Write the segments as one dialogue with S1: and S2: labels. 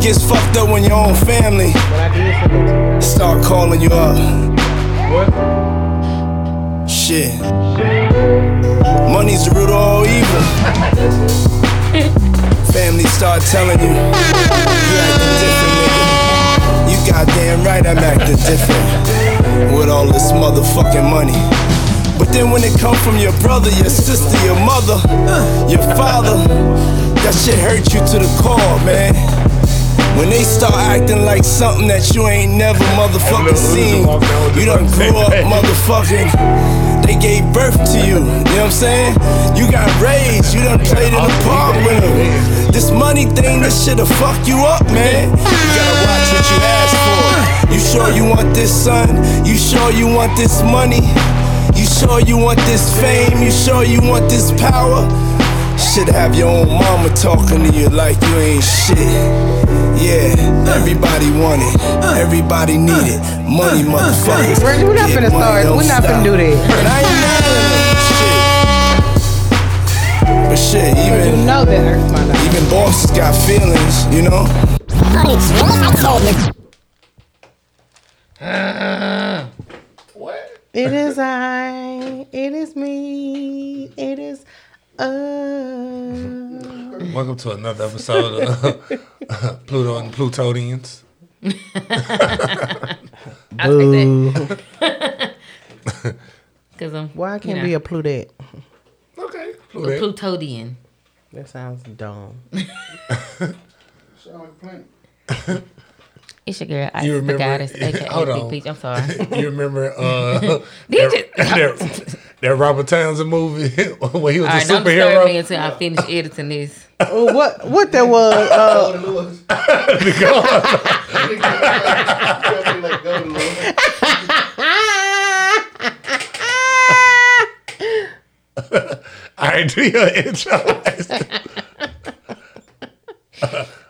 S1: gets fucked up when your own family start calling you up. Shit. Money's the root of all evil. Family start telling you, you acting different, nigga. You goddamn right I'm acting different with all this motherfucking money. But then when it come from your brother, your sister, your mother, your father, that shit hurt you to the core, man. When they start acting like something that you ain't never motherfucking seen, you done grew up motherfucking. They gave birth to you, you know what I'm saying? You got raised, you done played in the park with them. This money thing, this shit'll fuck you up, man. You gotta watch what you ask for. You sure you want this son? You sure you want this money? You sure you want this fame? You sure you want this power? Should have your own mama talking to you like you ain't shit. Yeah, everybody want it. Everybody need it. Money, motherfuckers.
S2: We're- we're not
S1: Get
S2: finna
S1: money,
S2: start.
S1: don't
S2: We're not finna
S1: stop.
S2: do that.
S1: And I ain't mad at them, shit. But shit,
S2: You
S1: even
S2: know that hurts my dog.
S1: even bosses got feelings, you know.
S2: It is I. It is me. It is uh.
S3: Welcome to another episode of Pluto and Plutonians.
S4: I take that. Cause I'm
S2: Why I can't
S4: you
S2: be
S4: know,
S2: a plutette?
S3: Okay, Pluto.
S4: Plutonian.
S2: That sounds dumb.
S4: It's your girl. I
S3: You
S4: the
S3: remember-
S4: goddess,
S3: Hold
S4: aka
S3: on.
S4: Big Peach. I'm sorry.
S3: You remember uh, that,
S4: Did you-
S3: that, that Robert Townsend movie when he was
S4: All
S3: a
S4: right, don't disturb me
S3: superhero?
S4: until I finish editing this.
S2: Oh, what what that was? Uh,
S3: I do your intro.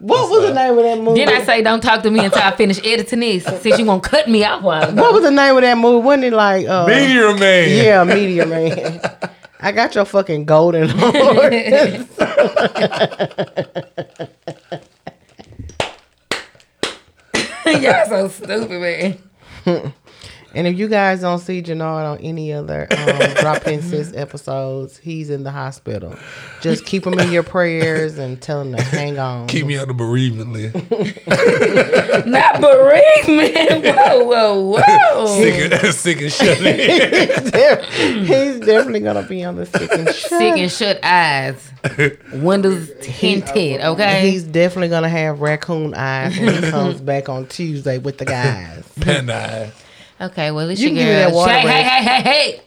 S2: what was the name of that movie?
S4: Then I say, don't talk to me until I finish editing this, since you gonna cut me off while
S2: what was the name of that movie? Wasn't it like uh,
S3: Meteor Man.
S2: Yeah, Meteor Man. I got your fucking golden horse.
S4: Y'all so stupid, man.
S2: and if you guys don't see Jannard on any other um, Drop In Sis episodes, he's in the hospital. Just keep him in your prayers and tell him to hang on.
S3: Keep me on the bereavement list.
S4: Not bereavement. Whoa, whoa, whoa.
S3: Sick and, sick and shut in.
S2: he's definitely gonna be on the sick and shut.
S4: Sick and shut eyes. Windows tinted. Okay.
S2: He's definitely gonna have raccoon eyes when he comes back on Tuesday with the guys.
S3: Panda eye.
S4: Okay, well, it's
S2: You
S4: your
S2: can give me that
S4: girl.
S2: water
S4: Hey, hey,
S2: break.
S4: hey, hey,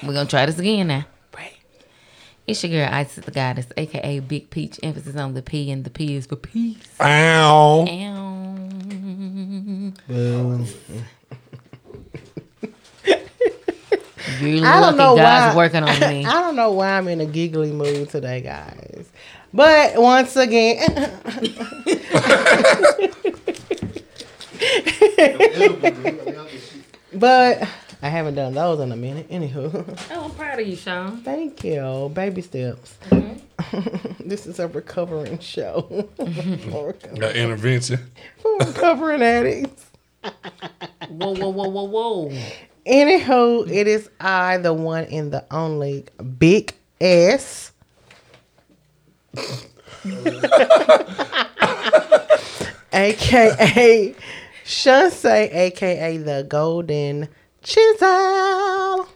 S4: hey. We're going to try this again now. It's your girl, Isis the Goddess, a.k.a. Big Peach. Emphasis on the P, and the P is for peace.
S3: Ow.
S4: Ow.
S2: Boo.
S4: You're
S2: I don't
S4: lucky
S2: know
S4: God's
S2: why.
S4: working on me.
S2: I don't know why I'm in a giggly mood today, guys. But once again, but I haven't done those in a minute. Anywho,
S4: oh, I'm proud of you, Sean.
S2: thank you, baby steps. this is a recovering show for
S3: Got intervention.
S2: recovering addicts.
S4: Whoa, whoa, whoa, whoa, whoa.
S2: Anywho, it is I, the one and the only Big S. AKA Shunsei, AKA the Golden Chisel.
S4: Ow.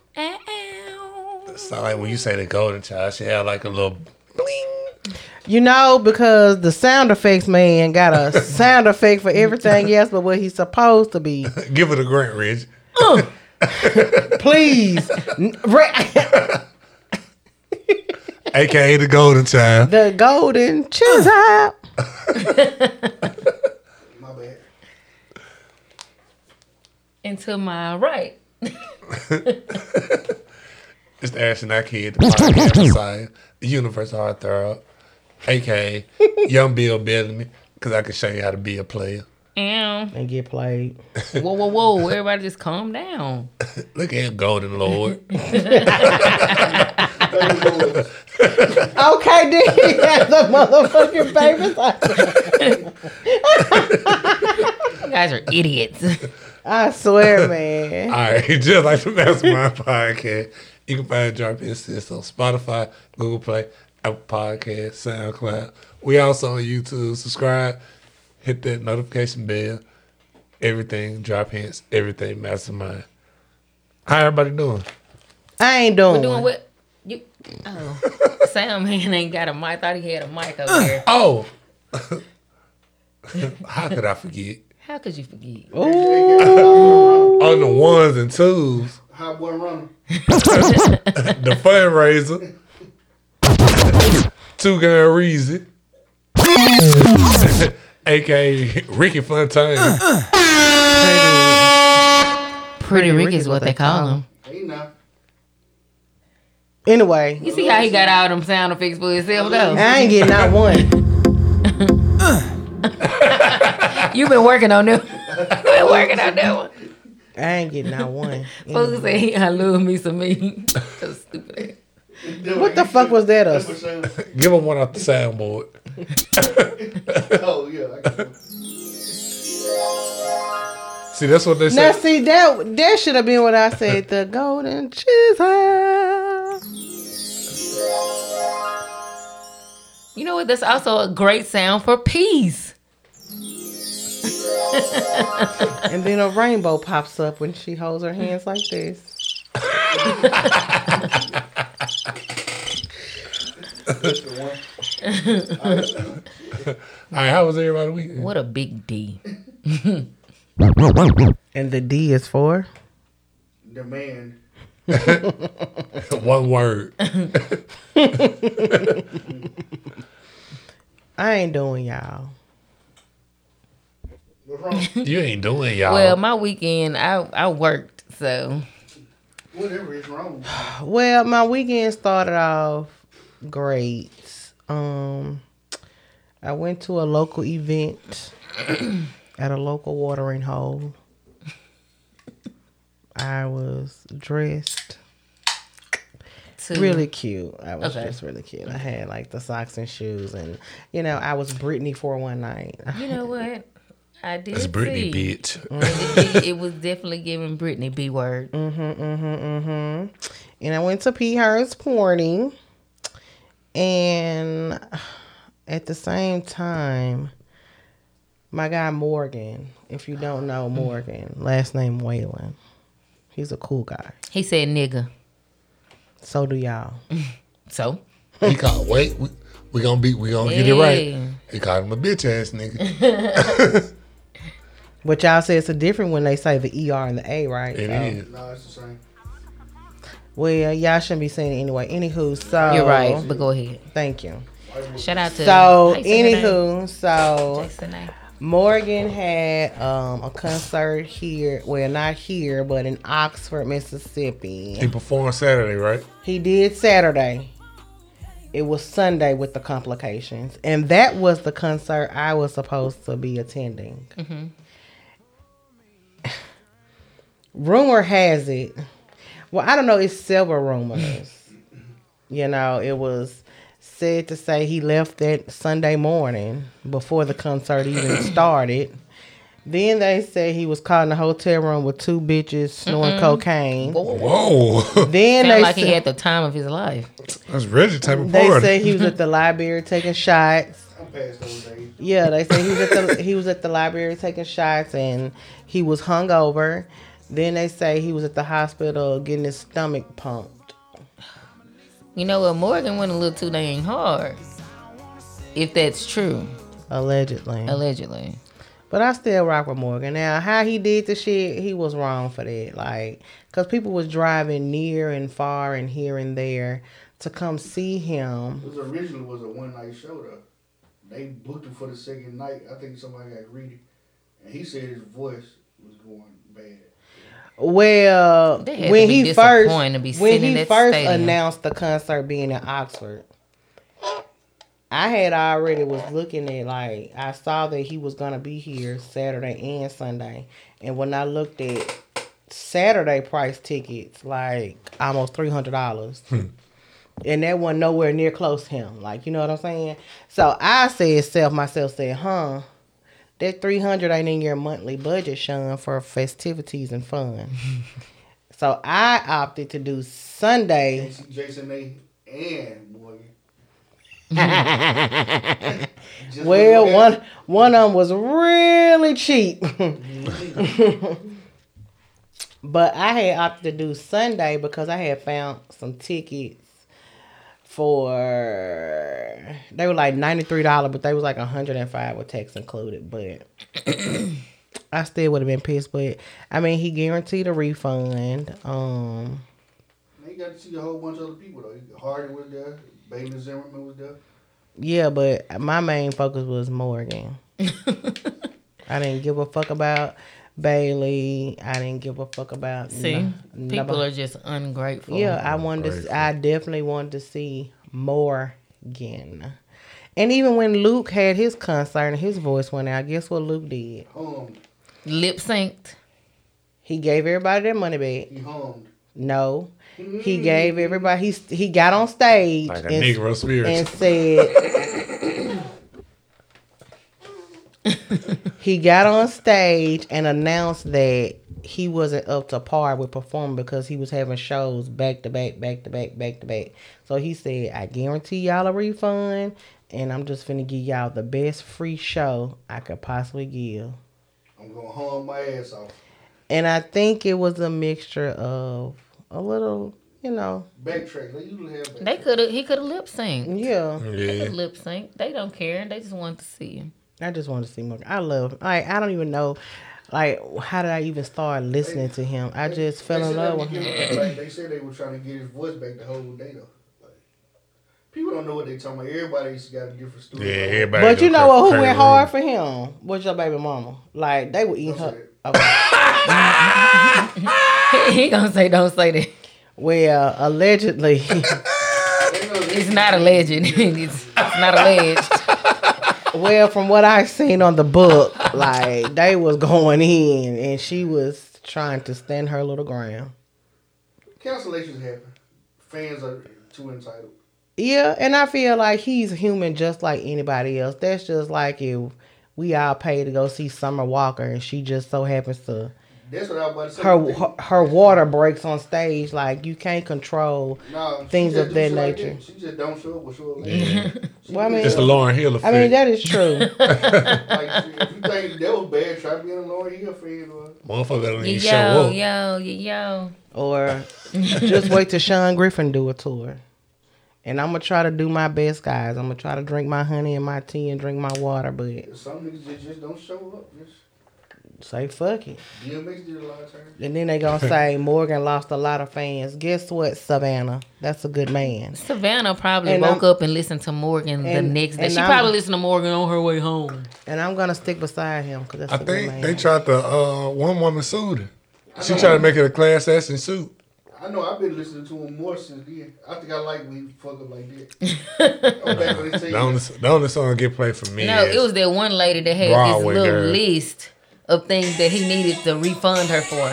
S3: Sound like when you say the golden child, she had like a little bling.
S2: You know, because the sound effects man got a sound effect for everything else but what he's supposed to be.
S3: Give it a grant, Rich.
S2: Please. n- re-
S3: AKA the golden child.
S2: the Golden Chisel.
S4: And to my right.
S3: It's the Ashton I Kid, the podcast Messiah, the universe heartthrob, aka Young Bill Bellamy, because I can show you how to be a player.
S4: Ow.
S2: And get played.
S4: Whoa, whoa, whoa. Everybody just calm down.
S3: Look at him, Golden Lord.
S2: Okay, then he has a motherfucking baby. I-
S4: You guys are idiots.
S2: I swear, man.
S3: All right, just like the Mastermind Podcast, you can find Drop In Sis on Spotify, Google Play, Apple Podcast, SoundCloud. We also on YouTube. Subscribe, hit that notification bell. Everything Drop Hints, everything Mastermind. How everybody doing?
S2: I ain't doing.
S4: We're doing what? You? Oh, Sam man ain't got a mic. Thought he had a mic over here.
S3: Oh, how could I forget?
S4: How could you forget?
S3: On the ones and twos,
S5: Hot boy running.
S3: the fundraiser, two gun reason, aka Ricky Fontaine.
S4: Pretty Rick is what they call him.
S5: Hey now.
S2: Anyway,
S4: You see how he got all them sound effects for himself though.
S2: I ain't getting not one.
S4: You've been working on them. You've been working on that one.
S2: I ain't getting not one.
S4: Fool say I love me some me. So stupid.
S2: What the fuck was that? uh?
S5: That's
S2: Us?
S5: what Sam said.
S3: Give him one off the soundboard.
S5: Oh yeah. I got one.
S3: See, that's what they
S2: Now
S3: said.
S2: see that that should have been what I said. The golden chisel.
S4: You know what? That's also a great sound for peace.
S2: And then a rainbow pops up when she holds her hands like this.
S3: All right, how was everybody weekend?
S4: What a big D.
S2: And the D is for
S5: Demand.
S3: One word.
S2: I ain't doing y'all.
S5: What's wrong?
S3: You ain't doing y'all.
S4: Well, my weekend I I worked, so
S5: Whatever is wrong.
S2: Well, my weekend started off great. Um, I went to a local event at a local watering hole. I was dressed
S4: to
S2: really cute. I was
S4: Okay.
S2: just really cute. I had like the socks and shoes, and you know, I was Britney for one night.
S4: You know what? I did.
S3: It's Britney,
S4: see. Mm.
S3: bitch.
S4: It, it was definitely giving Britney B word.
S2: and I went to P. Hers Porny. And at the same time, my guy Morgan, if you don't know Morgan, last name Waylon, he's a cool guy.
S4: He said nigga.
S2: So do y'all.
S4: So
S3: He called. Wait, we, we gonna be. We gonna get it right.
S4: Yeah.
S3: He called him a bitch ass nigga.
S2: But y'all say it's a different when they say the ER and the A, right?
S3: It
S2: So-
S3: is.
S5: No, it's the same.
S2: Well, y'all shouldn't be saying it anyway. Anywho, so
S4: you're right, but go ahead.
S2: Thank you.
S4: Shout out to
S2: So,
S4: how you say her name?
S2: anywho, so
S4: Jason name.
S2: Morgan had um, a concert here, well, not here, but in Oxford, Mississippi.
S3: He performed Saturday, right?
S2: He did Saturday. It was Sunday with the complications, and that was the concert I was supposed to be attending.
S4: Mm-hmm.
S2: Rumor has it, well, I don't know. It's several rumors. you know, it was said to say he left that Sunday morning before the concert even started. Then they say he was caught in a hotel room with two bitches snorting cocaine.
S3: Whoa,
S2: Then
S4: Sound
S2: they
S4: like he
S2: said-
S4: had the time of his life.
S3: that's Reggie type of
S2: they
S3: party.
S2: say he was at the library taking shots.
S5: I'm past those days.
S2: Yeah, they say he was at the he was at the library taking shots and he was hungover. Then they say he was at the hospital getting his stomach pumped.
S4: You know what? Morgan went a little too dang hard. If that's true,
S2: Allegedly.
S4: allegedly.
S2: But I still rock with Morgan. Now, how he did the shit, he was wrong for that. Like, because people was driving near and far and here and there to come see him.
S5: It was originally was a one night show though. They booked him for the second night. I think somebody got greedy, and he said his voice was going bad.
S2: Well,
S4: They had to
S2: when
S4: be
S2: he first
S4: disappointed to be
S2: when
S4: sitting in
S2: he
S4: that
S2: first
S4: stadium.
S2: announced the concert being in Oxford, I had already was looking at like I saw that he was gonna be here Saturday and Sunday, and when I looked at Saturday price tickets, like almost three hundred dollars. and that one nowhere near close to him. Like you know what I'm saying. So I said self myself said, huh. That three hundred ain't in your monthly budget, Sean, for festivities and fun. so I opted to do Sunday.
S5: Jason, Jason May and Morgan. Just
S2: Well,
S5: look
S2: one
S5: at
S2: one of them was really cheap, but I had opted to do Sunday because I had found some tickets for they were like ninety three dollars, but they was like hundred and five with tax included. But I still would have been pissed. But I mean, he guaranteed a refund. Um,
S5: it. You got to see a whole bunch of other people though. Hardy was there. Baby Zimmerman was there.
S2: yeah, but my main focus was Morgan. I didn't give a fuck about Bailey. I didn't give a fuck about
S4: See,
S2: no-
S4: people
S2: nobody.
S4: are just ungrateful.
S2: yeah. I
S3: Oh,
S2: wanted to. s- I definitely wanted to see Morgan. And even when Luke had his concert and his voice went out, guess what Luke did?
S5: Hummed.
S4: lip synced.
S2: He gave everybody their money back.
S5: He hummed.
S2: No, he
S4: Mm.
S2: gave everybody. He st- he got on stage
S3: Like a
S2: and,
S3: Negro spirit.
S2: and said he got on stage and announced that he wasn't up to par with performing because he was having shows back to back, back to back, back to back. So he said, "I guarantee y'all a refund, and I'm just finna give y'all the best free show I could possibly give."
S5: I'm gonna hum my ass off.
S2: And I think it was a mixture of a little, you know,
S5: Backtrack. Like you have backtrack.
S4: They could have. He could have lip synced.
S2: yeah.
S3: yeah.
S4: Lip sync. They don't care. They just want to see you.
S2: I just wanted to see more. I love. Like I don't even know. Like how did I even start listening to him? I just fell in
S5: said
S2: love
S5: they
S2: with
S5: was
S2: him.
S5: getting- Like, they said they were trying to get his voice back the whole day though. Like, people don't know what they talking about. Everybody's got a different
S3: Yeah,
S5: story.
S3: everybody.
S2: But you
S3: go
S2: know what? Who
S3: crazy.
S2: went hard for him? Was your baby mama? Like they were eating
S5: Don't say
S2: her. Okay.
S4: he gonna say, "Don't say that."
S2: Well, allegedly,
S5: They know they-
S4: It's not alleged. it's, it's not alleged.
S2: well, from what I've seen on the book, like they was going in, and she was trying to stand her little ground.
S5: Cancellations happen. Fans are too entitled.
S2: Yeah, and I feel like he's human just like anybody else. That's just like if we all paid to go see Summer Walker, and she just so happens to.
S5: That's what I was about to say.
S2: her her, her water breaks on stage. Like you can't control.
S5: Nah, she
S2: things of
S5: just do
S2: that
S5: shit like
S2: nature.
S5: that. she just don't show up or show up late.
S3: Yeah.
S5: She
S2: Well, I mean-
S5: just-
S3: It's the Lauren Hill effect.
S2: I mean that is true.
S5: like, if you think that was bad, try being a Lauren Hill fan or
S3: Motherfucker don't even show
S4: Yo,
S3: up.
S4: yo, yo.
S2: or just wait till Sean Griffin do a tour. And I'm gonna try to do my best, guys. I'm gonna try to drink my honey and my tea and drink my water, but
S5: some niggas just, just don't show up. Just
S2: say fuck it.
S5: DMX did a lot of times.
S2: And then they gonna say Morgan lost a lot of fans. Guess what, Savannah? That's a good man.
S4: Savannah probably
S2: And
S4: woke
S2: I'm-
S4: up and listened to Morgan
S2: and-
S4: the next day.
S2: and
S4: She
S2: I'm-
S4: probably listened to Morgan on her way home.
S2: And I'm gonna stick beside him because that's a
S3: I
S2: good
S3: think
S2: man.
S3: they tried to uh, one woman sued her. She tried to make it a class action suit.
S5: I know I've been listening to him more since then. I think I like when he fuck up like that. I'm back on his
S3: The only,
S5: team.
S3: the only song get played for me.
S4: No,
S3: is,
S4: it was that one lady that had
S3: Broadway
S4: this little
S3: girl.
S4: list of things that he needed to refund her for.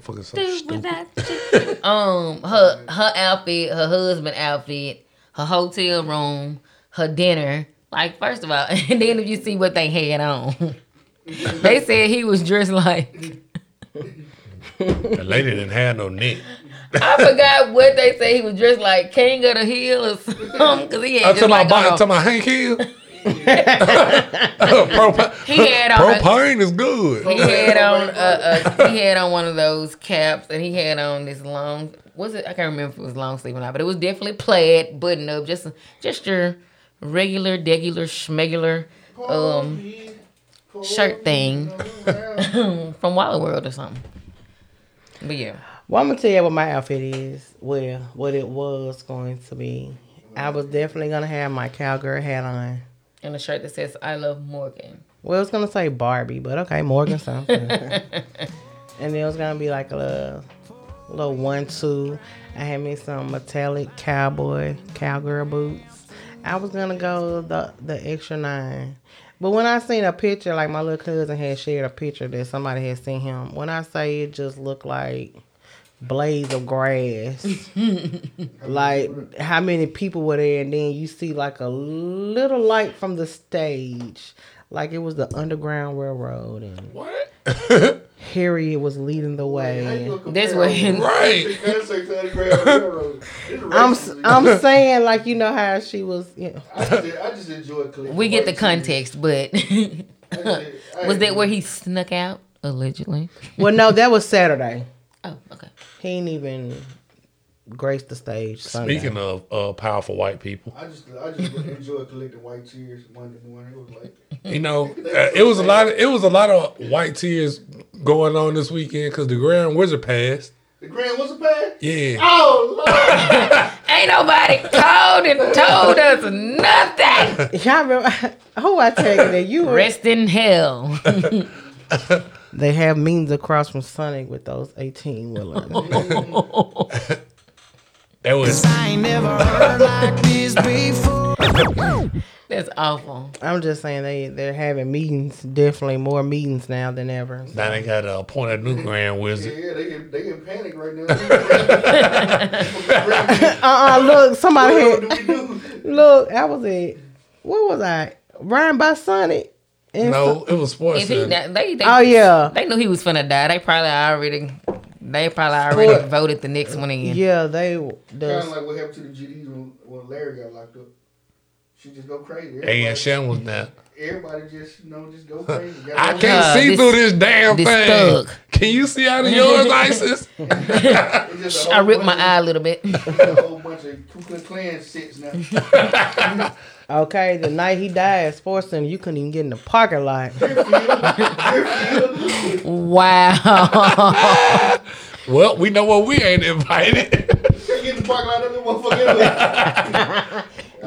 S3: fucking so stupid.
S4: um her her outfit, her husband outfit, her hotel room, her dinner. Like first of all, and then if you see what they had on, they said he was dressed like
S3: The lady didn't have no neck.
S4: I forgot what they said he was dressed like King of the Hill or something because he
S3: I'm
S4: had
S3: talking
S4: just like uh,
S3: about talking
S4: on a,
S3: about Hank Hill. Propi-
S4: he had on a,
S3: propane is good.
S4: he had on a, a, he had on one of those caps and he had on this long was it I can't remember if it was long sleeve or not but it was definitely plaid button up just just your regular degular schmegular um shirt thing from Wild World or something but yeah
S2: Well, I'm gonna tell you what my outfit is. Well, what it was going to be. I was definitely gonna have my cowgirl hat on.
S4: and a shirt that says I love Morgan
S2: Well, it's gonna say Barbie, but okay, Morgan something. and it was gonna be like a little, little one-two. I had me some metallic cowboy cowgirl boots. I was gonna go the the extra nine, but when I seen a picture, like my little cousin had shared a picture that somebody had seen him. When I say it just looked like blades of grass. like how many people were there, and then you see like a little light from the stage, like it was the Underground Railroad, and
S3: What?
S2: Harriet was leading the way.
S4: This way.
S3: right.
S2: I'm
S5: I'm.
S2: s- I'm saying like you know how she was. You know,
S5: I just, I just enjoy clicking.
S4: We get the
S5: white TV.
S4: context, but was that where he snuck out allegedly?
S2: well, no, that was Saturday.
S4: Oh, okay.
S2: He ain't even graced the stage. Sunday.
S3: Speaking of uh, powerful white people,
S5: I just, I just enjoy collecting white tears Monday morning. It was like,
S3: you know, uh, it was a lot. Of, it was a lot of white tears going on this weekend because the Grand Wizard passed.
S5: the grand was a pass?
S3: Yeah,
S5: Oh, Lord.
S4: Ain't nobody called and told us nothing.
S2: Y'all remember who I tell you that you were-
S4: Rest in hell.
S2: They have means across from Sonic with those eighteen wheelers.
S3: that was
S4: That's awful.
S2: I'm just saying they they're having meetings, definitely more meetings now than ever.
S3: now they got to appoint a new Grand
S5: Yeah,
S3: Wizard.
S5: yeah, they in, they in panic right now. Grand-
S2: Uh uh look, somebody
S5: what do
S2: had
S5: we do?
S2: look. I was at what was I? Ryan by Sonic. And
S3: No, it was sports.
S4: If he,
S3: Center.
S4: di- they, they,
S2: Oh, yeah.
S4: they knew he was finna die. They probably already, they probably already voted the next one in.
S2: yeah, they
S5: Kind of
S2: the
S5: like what happened to the GDs when, when Larry got locked up. She just go crazy.
S3: Hey,
S5: Everybody,
S3: and Shem was down.
S5: everybody just, you know, just go crazy. Got
S3: I
S5: no-
S3: can't
S4: Uh,
S3: see
S4: this-
S3: through this damn
S4: this
S3: thing.
S4: thug.
S3: Can you see out of yours, ISIS?
S5: it's just a
S4: I
S5: whole
S4: ripped my
S5: bunch
S4: eye a little bit.
S5: of- A whole bunch of Ku Klux Klan sits now.
S2: okay. The night he died at Sports Center, you couldn't even get in the parking lot.
S4: Wow.
S3: Well, we know what we ain't invited.
S5: Can't get in the parking lot of the motherfucker.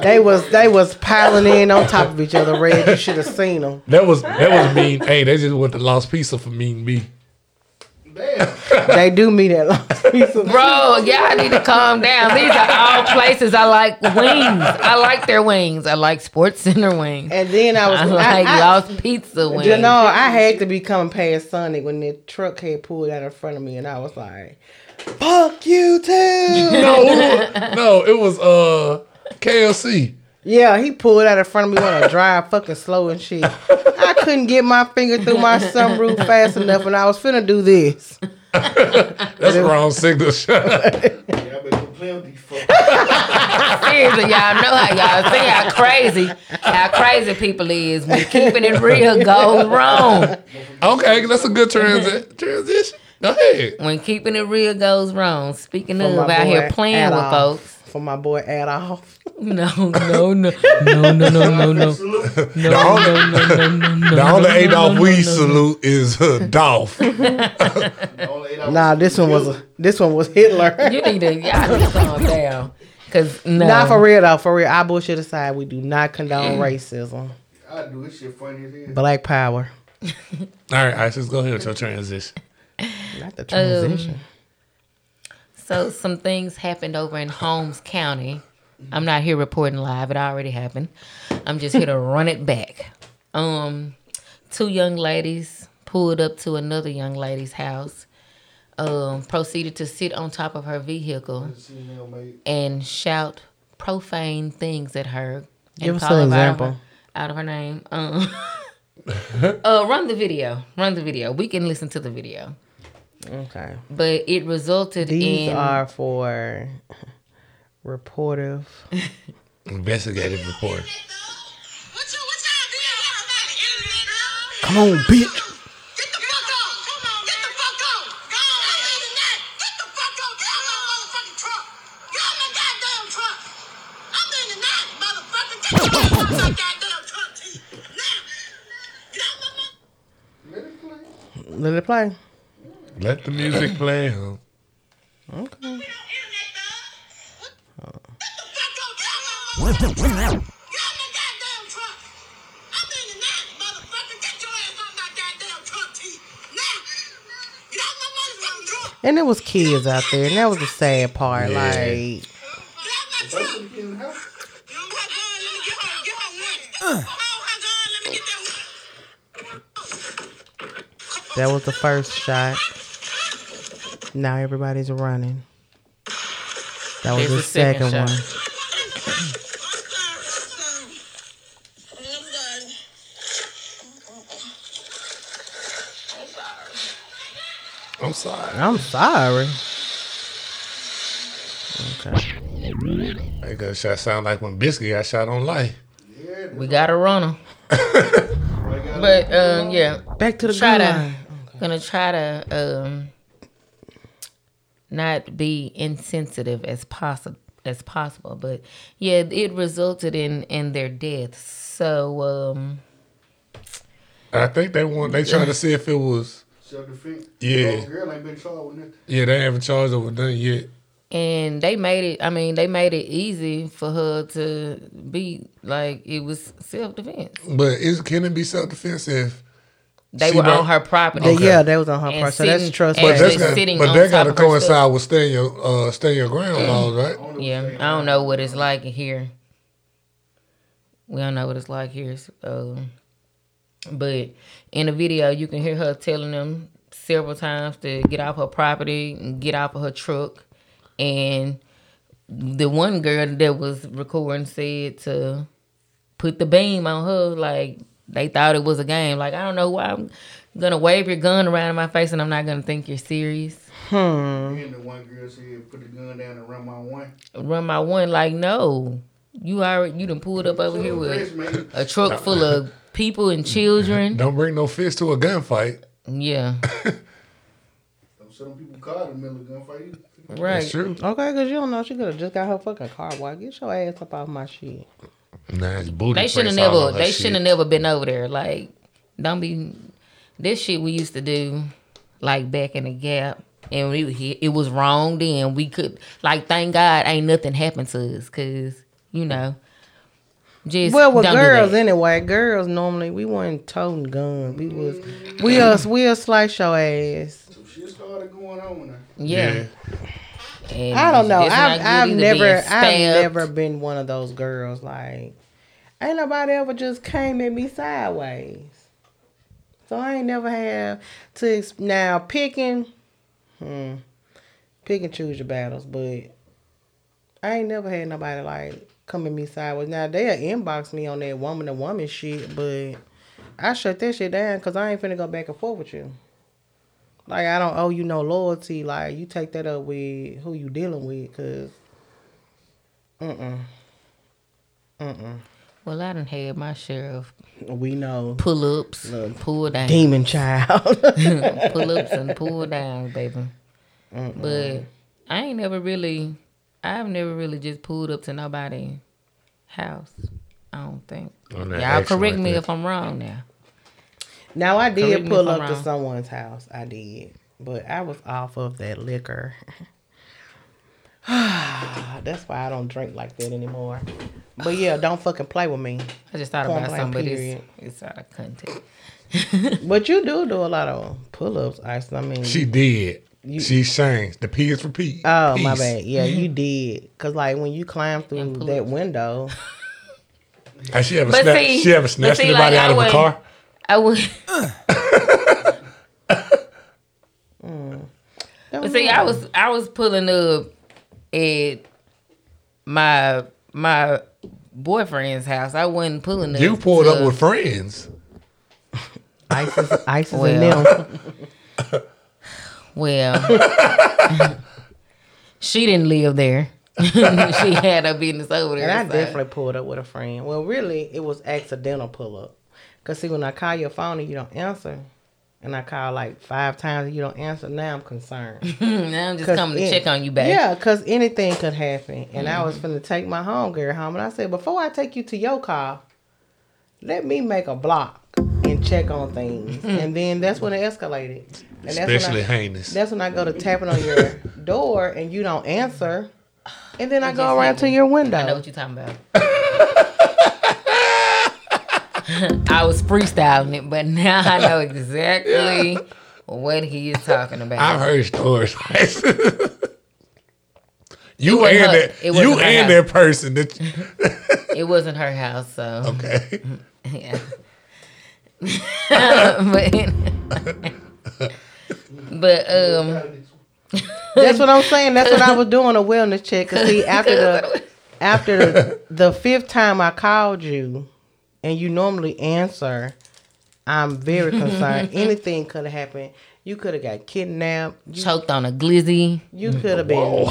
S2: They was they was piling in on top of each other. Red, you should have seen them.
S3: that was that was mean. Hey, they just went to Lost Pizza for mean me.
S5: Damn.
S2: They do meet at Lost Piece of
S4: Bro, y'all need to calm down. These are all places I like wings. I like their wings. I like Sports Center wings.
S2: And then I was
S4: I like
S2: I- I-
S4: Lost Pizza wings.
S2: You know, I had to be coming past Sonic when the truck had pulled out in front of me, and I was like, "Fuck you too."
S3: No, it was- no, it was uh KLC.
S2: yeah, he pulled out in front of me when I drive fucking slow and shit. I couldn't get my finger through my sunroof fast enough, and I was finna do this.
S3: That's the wrong signal. Shut up.
S5: Yeah, I better play with these fuckers.
S4: Seriously, y'all know how y'all see how crazy, how crazy people is when keeping it real goes wrong.
S3: Okay, that's a good transi- transition. Go ahead.
S4: When keeping it real goes wrong. Speaking
S2: For
S4: of
S2: my
S4: out here
S2: boy
S4: playing with
S2: Adolf.
S4: folks.
S2: For my boy Adolf.
S4: No, no, no, no, no, no, no, no, no,
S5: Salute.
S3: the only,
S4: no, no, no, no.
S3: the only Adolf we salute is uh, Dolph.
S5: Only eight hours.
S2: Nah, this one was a, this one was Hitler.
S4: You need to y'all need to calm down. Cause no,
S2: Not for real though. For real, I bullshit aside, we do not condone racism.
S5: I do this shit funny as hell.
S2: Black power.
S3: All right, Isis, go ahead with your transition.
S2: Not the transition.
S4: So some things happened over in Holmes County. I'm not here reporting live. It already happened. I'm just here to run it back. Um, two young ladies pulled up to another young lady's house. Um, proceeded to sit on top of her vehicle
S5: Female mate.
S4: and shout profane things at her. And
S2: Give us
S4: call
S2: an
S4: her out of her-
S2: example.
S4: Out of her, name. Um, uh, run the video. Run the video. We can listen to the video.
S2: Okay.
S4: But it resulted
S2: These
S4: in
S2: are for reportive.
S3: Investigative report.
S6: What you, what's internet, girl?
S2: Come on, bitch.
S6: Get the fuck out! Come on, get the fuck out! Go on the internet! Get the fuck out! Get out my motherfucking truck! Get out my goddamn truck! I'm the internet, motherfucker! Get the fuck out my goddamn truck, T! Now! Get out my motherfucking
S5: Let it play.
S2: Let it play.
S3: Let the music play. huh?
S6: Get the fuck out! Get out my motherfucking truck! Get out my goddamn truck! I'm the internet, motherfucker! Get your ass out my goddamn truck, T! Now! Get out my motherfucking truck!
S2: And there was kids out there, and that was the sad part.
S3: Yeah.
S2: Like,
S6: Get out my truck!
S5: That's what you have.
S6: Oh my God, let me get her, get her one. Oh my God, let me get that one.
S2: that was the first shot. Now everybody's running. That was
S4: There's
S2: the
S4: the second
S2: second one.
S3: I'm sorry.
S2: I'm sorry. Okay.
S3: I got shot sound like when Biscuit got shot on life.
S4: We got a runner. but um, yeah,
S2: Back to the
S4: try
S2: goal
S4: to
S2: line.
S4: gonna try to um not be insensitive as possible as possible but yeah it resulted in in their death so um
S3: I think they want they trying to see if it was
S5: Self defense.
S3: Yeah.
S5: girl ain't been charged with nothing.
S3: yeah, they haven't charged her with nothing yet.
S4: and they made it i mean they made it easy for her to be like it was self-defense
S3: But is can it be self defense if
S4: they
S3: She
S4: were
S3: might-
S4: on her property
S2: They-
S3: Okay.
S2: Yeah, that was on her
S4: And
S2: part. So that's
S4: sitting-
S2: trust.
S4: and
S2: but
S4: But
S3: that's
S4: She's
S3: got,
S4: sitting
S3: but
S4: on
S3: that got to
S4: top of her stuff.
S3: coincide with staying your uh staying your ground laws, right?
S5: Only
S4: yeah
S5: thing
S4: i don't know what it's like here we don't know what it's like here so but in the video you can hear her telling them several times to get off her property and get off of her truck and the one girl that was recording said to put the beam on her like they thought it was a game like i don't know why i'm gonna wave your gun around in my face and i'm not gonna think you're serious
S5: And the one girl said, "Put the gun down and run my one."
S4: run my one like no you already you done pulled up over here with
S5: man.
S4: a truck full of people and children
S3: Don't bring no fist to a gunfight.
S4: yeah
S5: Don't send them people caught in the middle of a gunfight. either.
S4: right
S3: That's true.
S2: Okay, because you don't know. She could have just got her fucking car wiped. Get your ass up off my shit.
S3: Nah, it's booty.
S4: they should have never they should have never been over there like don't be this shit we used to do like back in the gap and we, he- it was wrong then we could like thank god ain't nothing happened to us because you know just
S2: Well, with
S4: don't do
S2: girls
S4: that.
S2: anyway, girls normally we wasn't toting guns. We was we us we'll slice your ass.
S5: Some shit started going on. Now.
S4: yeah, And
S2: I don't know. I've
S4: that's when get
S2: I've
S4: either
S2: never
S4: being
S2: I've
S4: stabbed.
S2: never been one of those girls. Like, ain't nobody ever just came at me sideways. So I ain't never have to ex- now picking, hmm, pick and choose your battles. But I ain't never had nobody like come at me sideways. Now they'll inbox me on that woman to woman shit, but I shut that shit down because I ain't finna go back and forth with you. Like I don't owe you no loyalty. Like you take that up with who you dealing with, cause. Mm mm.
S4: Well, I done had my share of
S2: Mm We know.
S4: pull ups,
S2: Look.
S4: pull downs,
S2: Demon child.
S4: pull ups and pull downs, baby. But I ain't never really, I've never really just pulled up to nobody' house. I don't think. Y'all correct me if I'm wrong now.
S2: now I
S4: Correct
S2: did
S4: me
S2: pull
S4: if I'm
S2: up to
S4: wrong.
S2: someone's house. I did, but I was off of that liquor. That's why I don't drink like that anymore. But yeah, don't fucking play with me.
S4: I just thought
S2: Point
S4: about
S2: blank,
S4: something, but it's,
S2: period.
S4: it's out of context.
S2: But you do do a lot of pull ups, Ice. I mean,
S3: She did.
S2: You-
S3: she changed. The P is for P.
S2: Oh my
S3: Peace.
S2: bad. Yeah, you did. Cause like when you climb through
S4: pull
S2: that
S4: up.
S2: window,
S3: Has she ever
S4: But
S3: snatched?
S4: see-
S3: she ever
S4: but
S3: snatched
S4: see,
S3: anybody
S4: like, I
S3: out of a
S4: wouldn't-
S3: car?
S4: I would.
S2: don't Mm.
S4: But see, I was I was pulling up at my my boyfriend's house. I wasn't pulling up.
S3: You pulled
S4: to-
S3: up with friends.
S2: ISIS, ISIS
S4: Well.
S2: and them.
S4: Well, she didn't live there. she had her business over there.
S2: And I
S4: so-
S2: definitely pulled up with a friend. Well, really, it was accidental pull up. Cause see, when I call your phone and you don't answer, and I call like five times and you don't answer, now I'm concerned.
S4: now I'm just coming to
S2: it-
S4: check on you back. Mm-hmm.
S2: Yeah, cause anything could happen. And I was finna take my homegirl home, and I said, before I take you to your car, let me make a block and check on
S4: Mm-hmm.
S2: things. and then that's when it escalated. And that's when I-
S3: Especially heinous.
S2: That's when I go to tapping on your door and you don't answer. And then I go around to your window.
S4: I know what you're talking about. I was freestyling it, but now I know exactly what he is talking about.
S3: I've heard stories. you
S4: wasn't
S3: and
S4: her-
S3: that.
S4: it wasn't
S3: You
S4: her
S3: and
S4: house.
S3: that person. That you-
S4: It wasn't her house, so
S3: okay.
S4: yeah. but but um.
S5: Got it.
S2: That's what I'm saying. That's what I was doing a wellness check. 'Cause see, after the after the, the fifth time I called you, and you normally answer, I'm very concerned. Anything could have happened. You could have got kidnapped. You,
S4: Choked on a glizzy.
S2: you
S3: Mm,
S2: could have been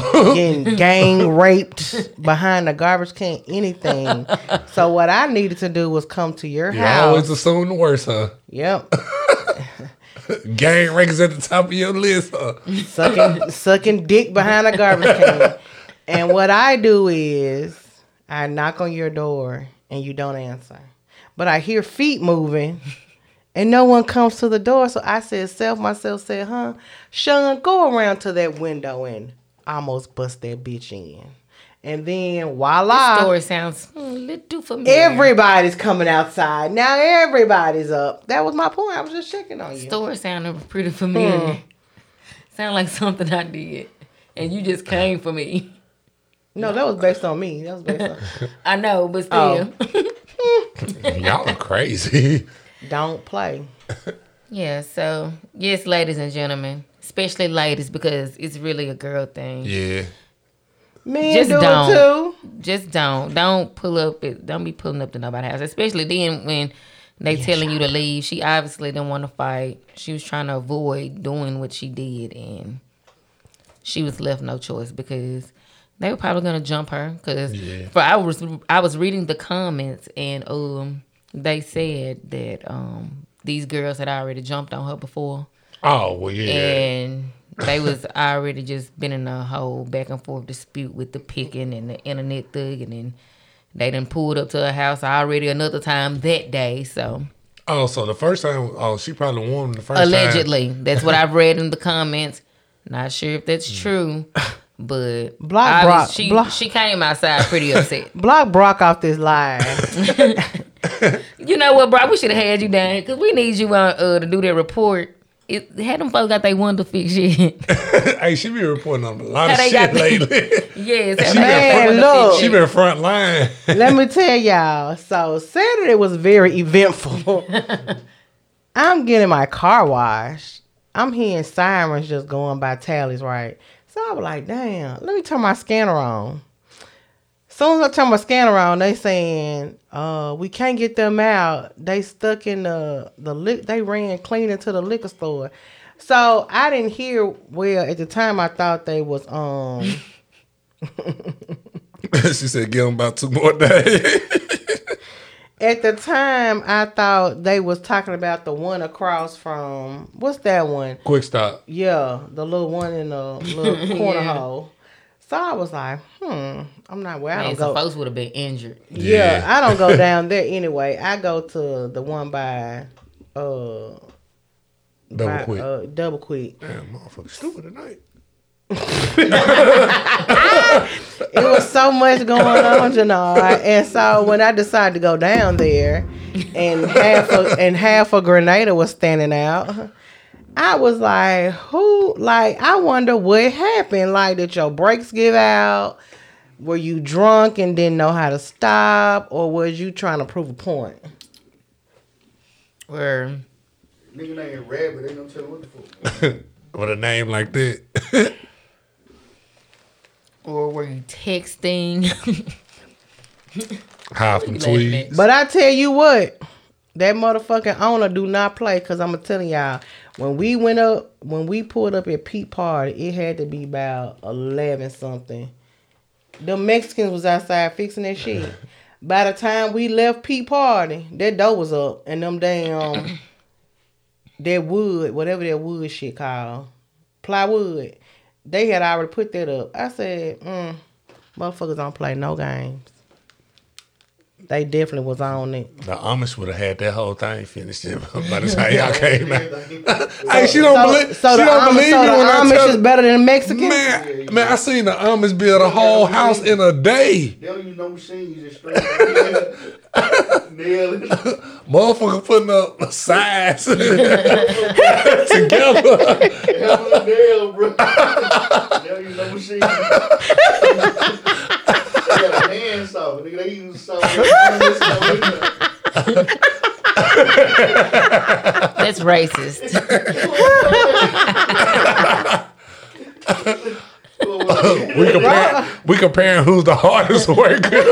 S2: getting gang raped behind a garbage can. Anything. so what I needed to do was come to your
S3: You
S2: house.
S3: always assume the worst, huh?
S2: Yep.
S3: Gang records at the top of your list, huh?
S2: sucking sucking dick behind a garbage can. And what I do is I knock on your door and you don't answer. But I hear feet moving and no one comes to the door. So I said, self myself said, huh? Sean, go around to that window and almost bust that bitch in. And then voila.
S4: Story sounds a little familiar.
S2: Everybody's coming outside. Now everybody's up. That was my point. I was just checking on you.
S4: Story sounded pretty familiar. Sound like something I did, and you just came for me.
S2: No, that was based on me. That was based on
S4: I know, but still,
S3: Y'all are crazy.
S2: Don't play.
S4: yeah. So yes, ladies and gentlemen, especially ladies, because it's really a girl thing.
S3: Yeah.
S2: Men
S4: Just
S2: do it
S4: don't.
S2: too.
S4: Just don't, don't pull up. It, don't be pulling up to nobody's house, especially then when they telling you to leave. She obviously didn't want to fight. She was trying to avoid doing what she did, and she was left no choice because they were probably gonna jump her. Because
S3: Yeah.
S4: for I was I was reading the comments and um they said that um these girls had already jumped on her before
S3: Oh, well, yeah.
S4: and they was already just been in a whole back and forth dispute with the picking and the internet thug and then they done pulled up to her house already another time that day so
S3: oh, so the first time, oh, she probably won the first time.
S4: allegedly that's what i've read in the comments not sure if that's true but
S2: Block
S4: obvious-
S2: Brock,
S4: she,
S2: block.
S4: she came outside pretty upset
S2: Block Brock off this line.
S4: you know what bro we should have had you down because we need you uh, uh, to do that report it had them folks got they wonder fix yet
S3: hey, she been reporting on a lot of
S4: How they
S3: shit
S4: got the-
S3: lately.
S4: yes had
S3: been-
S4: them folks
S2: Man,
S4: wonder fix
S2: look.
S3: she
S4: yet.
S3: been front line.
S2: Let me tell y'all. So Saturday was very eventful. I'm getting my car washed. I'm hearing sirens just going by tallies, right? So I was like, damn, let me turn my scanner on. Soon as I turn my scanner on, they saying, uh, we can't get them out. They stuck in the the lick they ran clean into the liquor store. So I didn't hear well at the time I thought they was um
S3: she said, give him about two more days.
S2: At the time, I thought they was talking about the one across from what's that one?
S3: Quick stop.
S2: Yeah, the little one in the little corner
S4: Yeah.
S2: hole. So I was like, hmm, I'm not where I
S4: Man,
S2: don't
S4: some
S2: go.
S4: folks would have been injured.
S2: Yeah,
S3: Yeah.
S2: I don't go down there anyway. I go to the one by uh
S3: Double
S2: by,
S3: quick.
S2: uh double quick.
S3: Damn, motherfucker, stupid tonight.
S2: it was so much going on, Janard. And so when I decided to go down there, and half a, and half a Grenada was standing out, I was like, "Who? Like, I wonder what happened. Like, did your brakes give out? Were you drunk and didn't know how to stop, or was you trying to prove a point?"
S4: Where
S5: Nigga named Rabbit, they don't tell what the fuck.
S3: With a name like that.
S4: or were you texting?
S3: Hopping
S4: Laughing at
S3: tweets.
S2: But I tell you what, that motherfucking owner do not play. Cause I'm gonna telling y'all, when we went up, when we pulled up at Pete Party, it had to be about eleven something. The Mexicans was outside fixing that shit. By the time we left Pete Party, that door was up, and them damn that wood, whatever that wood shit called, plywood, they had already put that up. I said, mm, motherfuckers don't play no games. They definitely was on it.
S3: The Amish would have had that whole thing finished by the time y'all came out.
S5: Everything-
S3: Hey, she don't
S2: So,
S3: believe.
S2: so
S3: she
S2: the,
S3: don't
S2: Amish,
S3: believe
S2: so
S3: me
S2: the
S3: when I
S2: Amish
S3: tell
S2: is better than Mexican.
S3: Man, man, I seen the Amish build a whole house in a day.
S5: They don't use no machine, you just straight nail it.
S3: Motherfucker putting up sides together.
S5: Hell of a nail, bro. They don't use no machine. they got a hand saw. Nigga, they use saw.
S4: That's racist.
S3: we compare we comparing who's the hardest worker.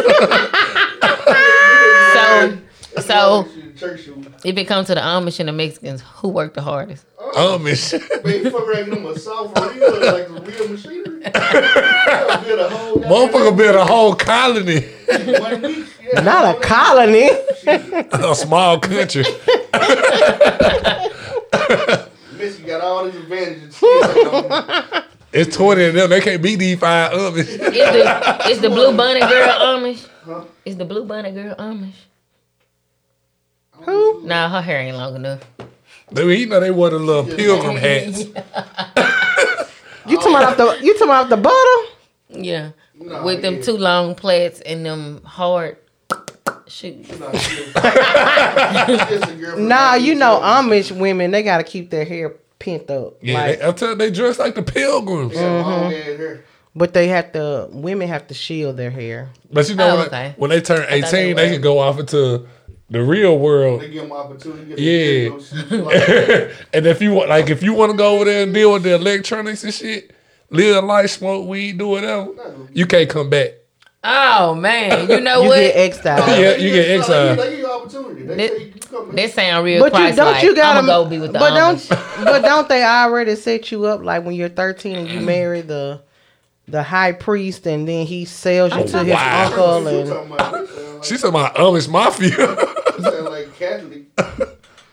S4: So, so
S5: Church shoes.
S4: if it comes to the Amish and the Mexicans, who worked the hardest?
S3: Amish.
S5: Big fuck ragging them a soft real, like the real machinery. Yeah, build a whole
S3: Motherfucker built a whole colony,
S5: goddamn one week. Yeah,
S2: Not a colony.
S3: a small country.
S5: Missy got all these advantages. Like,
S3: It's twenty of them. They can't beat these five Amish.
S4: Is the, is the blue bunny girl Amish? Is the blue bunny girl Amish? Who? Nah, her hair ain't long enough.
S3: They, you know they wore the little pilgrim hats.
S2: You talking about the you talking about the butter?
S4: Yeah.
S5: Nah,
S4: With them
S5: yeah.
S4: two long plaits and them hard shoes.
S5: nah, she just- she just a girl from
S2: Nah,
S5: like
S2: you
S5: this.
S2: know Amish women, they gotta keep their hair pent up.
S3: Yeah,
S2: like,
S3: they, I'm telling you, they dress like the pilgrims.
S5: Yeah,
S2: Mm-hmm.
S5: long ass hair.
S2: but they have to women have to shield their hair.
S3: But you know
S4: Oh,
S3: what?
S4: okay.
S3: When they turn
S4: thought they
S3: eighteen, they,
S4: were.
S3: can go off into the real
S5: They
S3: world.
S5: give them opportunity.
S3: Yeah.
S5: Yeah.
S3: and if you want, like, if you want to go over there and deal with the electronics and shit, live life, smoke weed, do whatever, you can't come back.
S4: Oh man, you know
S2: You
S4: what?
S2: get exiled.
S3: Yeah, you get exiled.
S5: They give you opportunity. They
S4: That-
S5: say you come
S4: That sound real
S2: But you
S4: Christ
S2: don't you gotta
S4: I'm gonna go be with the
S2: But
S4: Amish.
S2: don't but don't they already set you up like when you're thirteen and you marry the the high priest and then he sells you to his
S3: Wow.
S2: uncle
S5: You
S2: and
S5: talking about, you sound like-
S3: She said my Amish mafia.
S5: you sound like Catholic.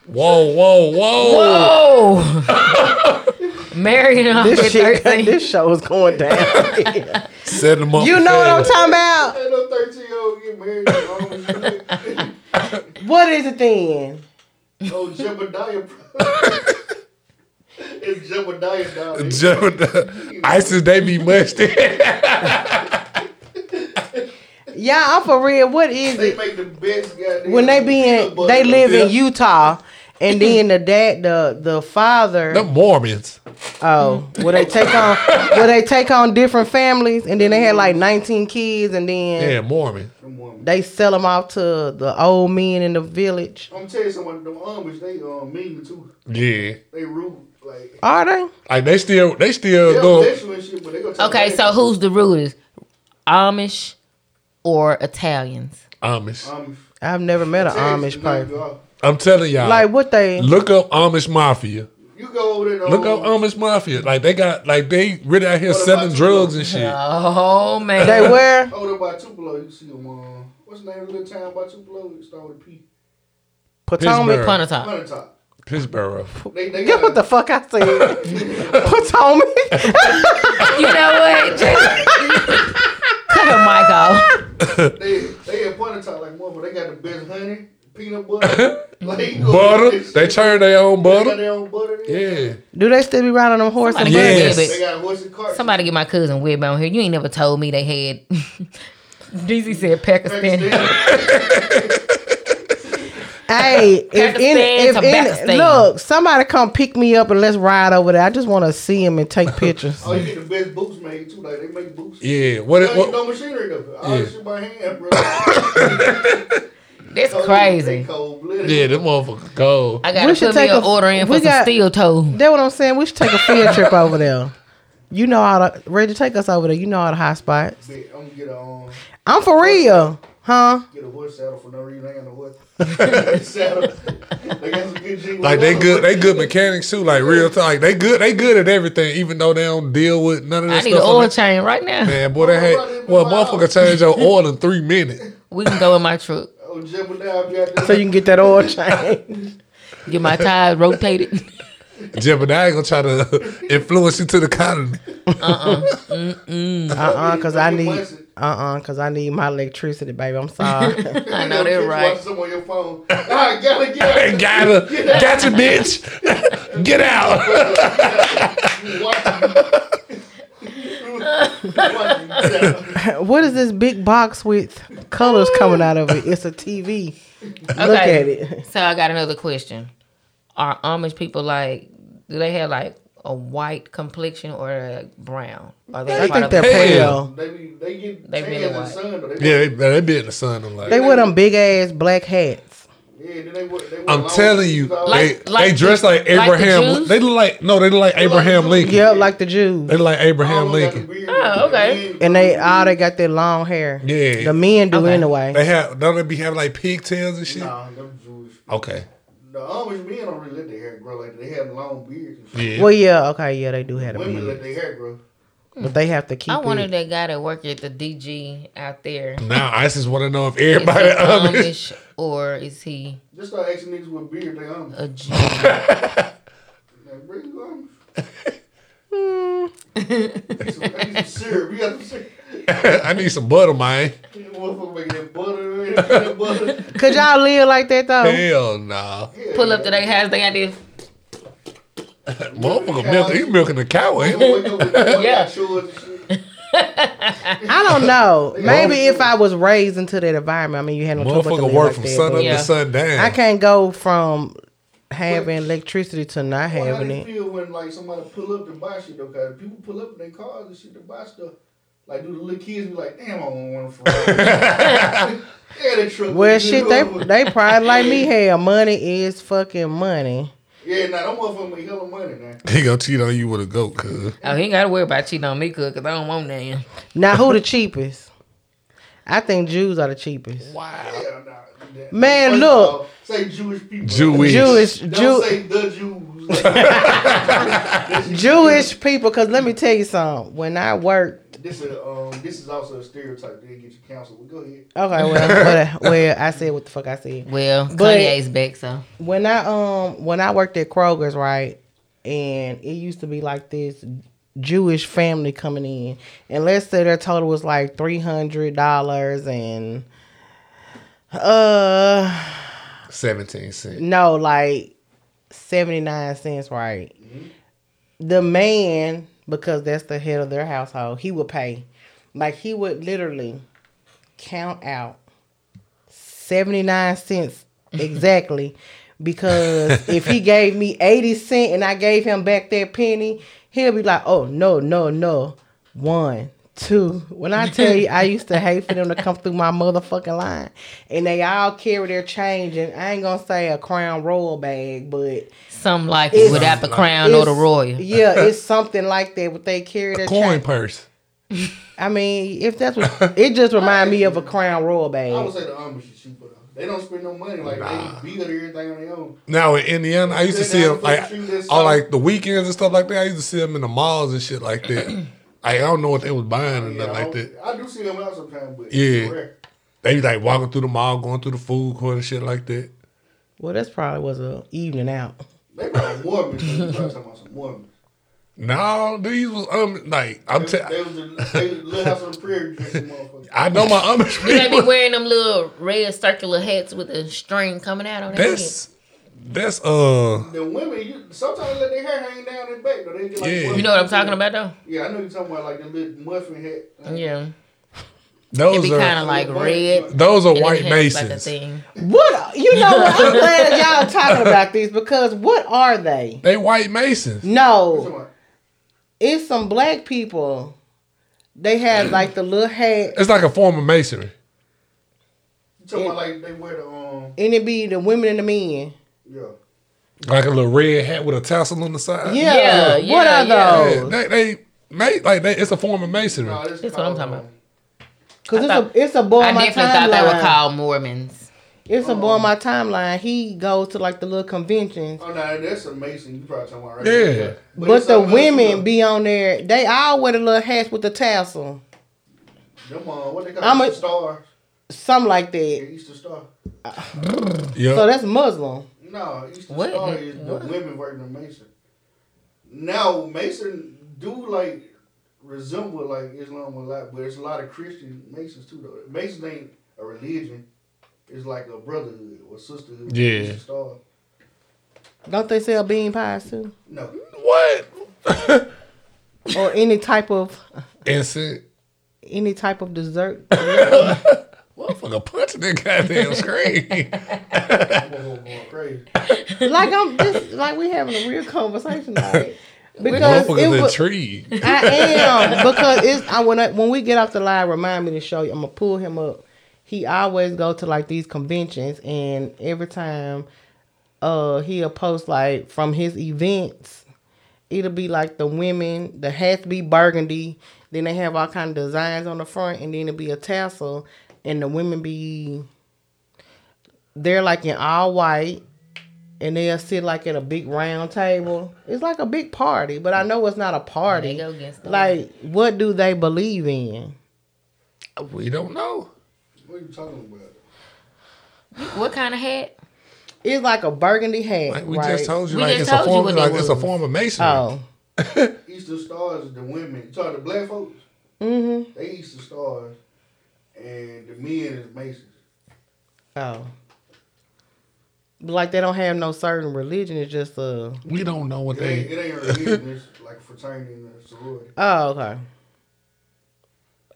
S3: whoa, whoa, whoa.
S4: Oh, marrying her
S2: this shit,
S4: 13.
S2: this show is going down.
S3: Set them up.
S2: you
S3: for
S2: know what I'm
S3: failure.
S2: talking about?
S5: Ain't no 13 year old get married. Oh,
S2: What is it then?
S5: Oh, Jebediah. it's Jebediah down there.
S3: Jebediah- ISIS, they be musty.
S2: Yeah, I'm for real. What is
S5: They
S2: it
S5: make the best goddamn.
S2: when they be in?
S5: peanut butter.
S2: They live in
S3: Yeah.
S2: Utah, and then the dad, the the
S3: the
S2: father.
S3: Mormons.
S2: Oh, well they take on? Will they take on different families? And then they had like 19 kids, and then
S3: Yeah, Mormon.
S5: Them women.
S2: they sell them off to the old men in the village.
S5: I'm telling you someone, them Amish, they um, mean too.
S3: Yeah.
S5: They rude. Like,
S2: Are they?
S3: Like they still they still
S5: they'll
S3: go
S5: bless you and shit, but they gonna take
S4: Okay,
S5: advantage.
S4: so who's the rudest, Amish or Italians?
S3: Amish.
S5: Amish. uh,
S2: I've never met an Amish person.
S3: I'm telling y'all.
S2: Like what they?
S3: look up Amish mafia.
S5: You go over there. uh,
S3: Look up Amish mafia. Like they got like they really out here
S5: Oh. What
S3: selling
S5: about you?
S3: drugs and shit.
S4: Oh man,
S2: They wear
S5: Over there by Tupelo, you see them. Uh, what's the name of the little town by Tupelo? It start with P.
S2: Potomac.
S4: punter top.
S5: Hunter Top.
S3: Pittsburgh.
S5: They, they
S2: Get
S5: got
S2: what the fuck I said. Potomac.
S4: You know what? Just- Cut her mic off.
S5: They they at point in time like motherfucker, they got the best honey, peanut butter, like you go
S3: Butter.
S5: get this
S3: They
S5: shit,
S3: turn their own
S5: they got
S3: butter.
S5: their own butter. there.
S3: Yeah.
S2: Do they still be riding them horses?
S4: Somebody
S3: Yes.
S4: get
S5: They
S4: Wibbit.
S5: got horse and cart.
S4: Somebody get my cousin Wibbit on here. You ain't never told me they had. DZ said Pakistan.
S2: Hey, if
S4: Pakistan
S2: any, if
S4: to
S2: any,
S4: Pakistan.
S2: look, somebody come pick me up and let's ride over there. I just want to see him and take pictures.
S5: Oh, you get the best boots made too. Like they make boots.
S3: Yeah. What,
S5: They ain't
S3: what
S5: no machinery though. All
S3: Yeah.
S5: this shit by hand, bro. Cold-
S4: That's
S5: they
S4: crazy.
S5: cold-blooded.
S3: yeah, them motherfuckers go.
S4: I
S2: We
S4: gotta
S2: should
S4: put me
S2: take
S4: an
S2: a-
S4: order in
S2: we
S4: for some
S2: got-
S4: steel toe.
S2: That's what I'm saying. We should take a field trip over there. You know how to ready to take us over there. You know how the high spots.
S5: Shit, I'm gonna get a um,
S2: I'm for real, huh?
S5: get a horse saddle for no reason. I ain't got no horse saddle. They got some good jingle.
S3: Like they good, they good mechanics too. Like real time, like they good, they good at everything. Even though they don't deal with none of that
S4: I need
S3: stuff.
S4: an
S3: on
S4: oil
S3: that-
S4: change right now.
S3: Man, boy, they had well, motherfucker change your oil in three minutes.
S4: We can go in my truck.
S5: Oh, Jebediah, be out
S2: So
S5: there.
S2: you can get that oil change.
S4: Get my tires rotated.
S3: Jebediah gonna try to influence you to the colony.
S2: Uh uh cause I
S5: Don't get
S2: need uh
S5: wasted.
S2: uh, cause I need my electricity, baby. I'm sorry.
S4: I know they're right.
S5: Watching on your phone. I gotta get out.
S3: Hey, gotta, gotcha, bitch. Get out.
S2: what is this big box with colors coming out of it? It's a TV. Look
S4: Okay.
S2: at it.
S4: So I got another question. Are Amish people like do they have like a white complexion or like brown? Are they
S2: I
S4: part
S2: think
S4: of
S2: they're
S4: the-
S2: pale.
S5: They be, they get
S4: They
S5: tan
S4: really
S5: in the
S4: white.
S5: sun, but they
S3: Yeah, they, they be in the sun. I'm
S2: They
S3: like,
S2: wear them big ass black hats.
S5: yeah, Yeah, then they went. They went
S3: I'm
S5: long-
S3: telling you,
S5: Like,
S3: they,
S4: Like- like
S3: they dress
S4: the-
S3: like
S4: like the
S3: Abraham.
S4: Jews?
S3: they look like no, they look like
S5: look like
S3: Abraham
S5: the Jews.
S3: Lincoln.
S2: Yeah, like the Jews.
S3: They look like Abraham
S5: all of them got
S3: Lincoln.
S5: the beard.
S4: Oh, okay.
S5: Yeah.
S2: And they all they got that long hair.
S3: Yeah.
S2: The men do
S4: Okay.
S2: anyway.
S3: They have don't they be having like pigtails and shit?
S5: Nah, them Jewish.
S3: Okay.
S5: The Amish men don't really let their hair grow like that. They have long beards. And shit.
S3: Yeah.
S2: Well, yeah, okay, yeah, they do have a
S5: Women let
S2: beard,
S5: their hair grow.
S2: but they have to keep
S4: I wanted
S2: it.
S4: that guy that work at the DG out there.
S3: now I just want to know if
S4: Is he
S3: everybody Amish.
S4: Amish or is he
S5: Just start asking niggas with beard they Amish.
S4: a Jew?
S5: Like, bring you
S4: Hmm.
S5: Amish. I need some syrup. You got some syrup.
S3: I need some butter, man.
S5: That Motherfucker making that butter. man. That butter.
S2: Could y'all live like that though?
S3: Hell nah.
S5: Yeah,
S4: Pull up to their house, they got this.
S3: Motherfucker, milk, he's milking the cow.
S5: They
S3: ain't he?
S5: gonna wake up with their
S4: Yeah.
S5: shorts and shit.
S2: I don't know. Maybe
S5: Well-
S2: if I was raised into that environment, I mean, you had no trouble with
S3: Motherfucker
S2: the
S3: work
S2: like
S3: from
S2: that,
S3: sun
S2: but
S3: up
S4: Yeah.
S3: to sundown.
S2: I can't go from having electricity to not
S5: Well, how
S2: having
S5: do you
S2: it.
S5: feel when like somebody pull up to buy shit though? Cause people pull up in their cars and shit to buy stuff. Like, do the little kids be like, damn, I want one for Yeah, the truck.
S2: Well,
S5: was
S2: shit,
S5: good
S2: they
S5: over.
S2: they probably like me. Hell, money is fucking money.
S5: Yeah, nah, them motherfuckers make hella money now.
S3: He gonna cheat on you with a goat, cuz.
S4: Oh, he ain't got to worry about cheating on me, cuz, because I don't want none.
S2: Now, who the cheapest? I think Jews are the cheapest.
S3: Wow.
S5: Yeah, nah, that-
S2: Man,
S5: first of
S2: look.
S5: all, say Jewish people.
S3: Jewish.
S2: Jewish,
S5: Don't
S2: Jew,
S5: say the Jews. Like,
S2: Jewish people. Cause let me tell you something. When I worked,
S5: this is um, this is also a stereotype. They get you counseled. Well, go ahead.
S2: okay, well, well, well, I said what the fuck I said.
S4: Well,
S2: But-
S4: Kanye's back, so.
S2: when I um when I worked at Kroger's right, and it used to be like this Jewish family coming in, and let's say their total was like three hundred dollars, and uh
S3: 17 cents.
S2: no like seventy nine cents right. The man because that's the head of their household, he would pay, like he would literally count out 79 cents exactly because if he gave me 80 cent and I gave him back that penny, he'll be like, "Oh, no, no, no. One, two. When I tell you I used to hate for them to come through my motherfucking line and they all carry their change and I ain't going to say a crown royal bag, but
S4: Some like
S2: It's-
S4: it without the crown or the
S2: it's-
S4: royal.
S2: Yeah, it's something like that but they carry their
S3: Coin
S2: change.
S3: purse.
S2: I mean, if that's what it just remind me of a crown royal bag.
S5: I would say the Amish is cheaper though. They don't spend no money. Like they beat everything on their own.
S3: Now in Indiana, I used to see them like on like the weekends and stuff like that. I used to see them in the malls and shit like that. Like, I don't know what they was buying or
S5: Yeah,
S3: nothing like that.
S5: I, I do see them out sometimes, but
S3: Yeah.
S5: it's rare.
S3: They be like walking through the mall, going through the food court and shit like that.
S2: Well, that's probably was a evening out.
S5: They probably Mormons. They probably talking about some Mormons.
S3: No, these was um like I'm
S5: They,
S3: telling.
S5: they was the, they was the little house on the prairie dressing motherfuckers.
S3: I know my Amish
S4: They be
S3: people.
S4: wearing them little red circular hats with a string coming out on their head.
S3: That's that's uh
S5: The women, you sometimes let their hair hang down their back. Though. They get like
S3: Yeah.
S5: muffin-
S4: You know what I'm talking about, though?
S5: Yeah, I know you're talking about like the little muffin hat.
S4: Yeah. It
S3: those
S4: be
S3: are
S4: kind of like red. and
S3: those are
S4: it
S3: white
S4: has, like, the
S3: masons.
S4: thing.
S2: What you know? What? I'm glad y'all talking about these because what are they?
S3: they white masons.
S2: No,
S5: Somebody-
S2: it's some black people. They have like the little hat,
S3: It's like a form of masonry.
S5: You talking about like they wear the um
S2: and it be the women and the men.
S5: yeah.
S3: Like a little red hat with a tassel on the side.
S2: Yeah,
S4: Yeah,
S2: what
S4: yeah,
S2: are
S4: yeah.
S3: Yeah,
S2: those?
S3: they they make like they, it's a form of masonry.
S5: No, this
S4: That's what I'm talking
S5: called, um,
S2: Because
S4: I thought-
S2: it's a it's a boy
S4: I
S2: on Oh, my
S4: definitely thought they were
S2: timeline.
S4: called Mormons.
S2: It's a boy on my timeline. He goes to like the little conventions,
S5: um, Oh no, that's amazing. You probably talking about right.
S3: Yeah.
S5: there.
S2: but
S5: it's
S2: the
S5: something else, you know.
S2: women be on there. They all wear the little hats with the tassel,
S5: Them, uh, what they call
S2: I'm
S5: I'm
S2: a-
S5: a, stars?
S2: something like
S5: Yeah,
S2: that.
S5: Easter Star.
S3: Yeah.
S2: So that's Muslim.
S5: No, Easter
S4: What?
S5: Star is
S4: What?
S5: the women version of Mason. Now Mason do like resemble like Islam a lot, but it's a lot of Christian Masons too though. Masons ain't a religion. It's like a brotherhood or sisterhood.
S3: Yeah.
S5: Easter Star.
S2: Don't they sell bean pies too,
S5: No.
S3: what?
S2: or any type of
S3: Instant.
S2: any type of dessert?
S3: Motherfucker punching that goddamn screen.
S5: I'm gonna go going crazy.
S2: like I'm just like we having a real conversation like because it
S3: Motherfucker's
S2: was,
S3: intrigued.
S2: I am because it's I when I, when we get off the line remind me to show you I'm gonna pull him up he always go to like these conventions, and every time, uh, he'll post like from his events. It'll be like the women, the hats be burgundy. Then they have all kind of designs on the front, and then it'll be a tassel, and the women be they're like in all white and they'll sit like at a big round table. It's like a big party, but I know it's not a party.
S4: They go against the
S2: like, what do they believe in?
S3: We don't know.
S5: What are you talking about?
S4: What kind of hat?
S2: It's like a burgundy hat.
S3: Like we
S2: right?
S3: just told you,
S4: We
S3: like
S4: just
S3: it's a
S4: told you
S3: form,
S4: what
S3: like
S4: it
S3: it's a
S4: was.
S3: form of masonry.
S2: Oh,
S5: Eastern Stars is the women. You talking to black folks?
S2: Mhm.
S5: They Eastern Stars, and the men is Masons.
S2: oh. But like they don't have no certain religion. It's just a
S3: We don't know what
S5: It ain't,
S3: they.
S5: it ain't a religion. It's like a fraternity and a sorority.
S2: oh okay.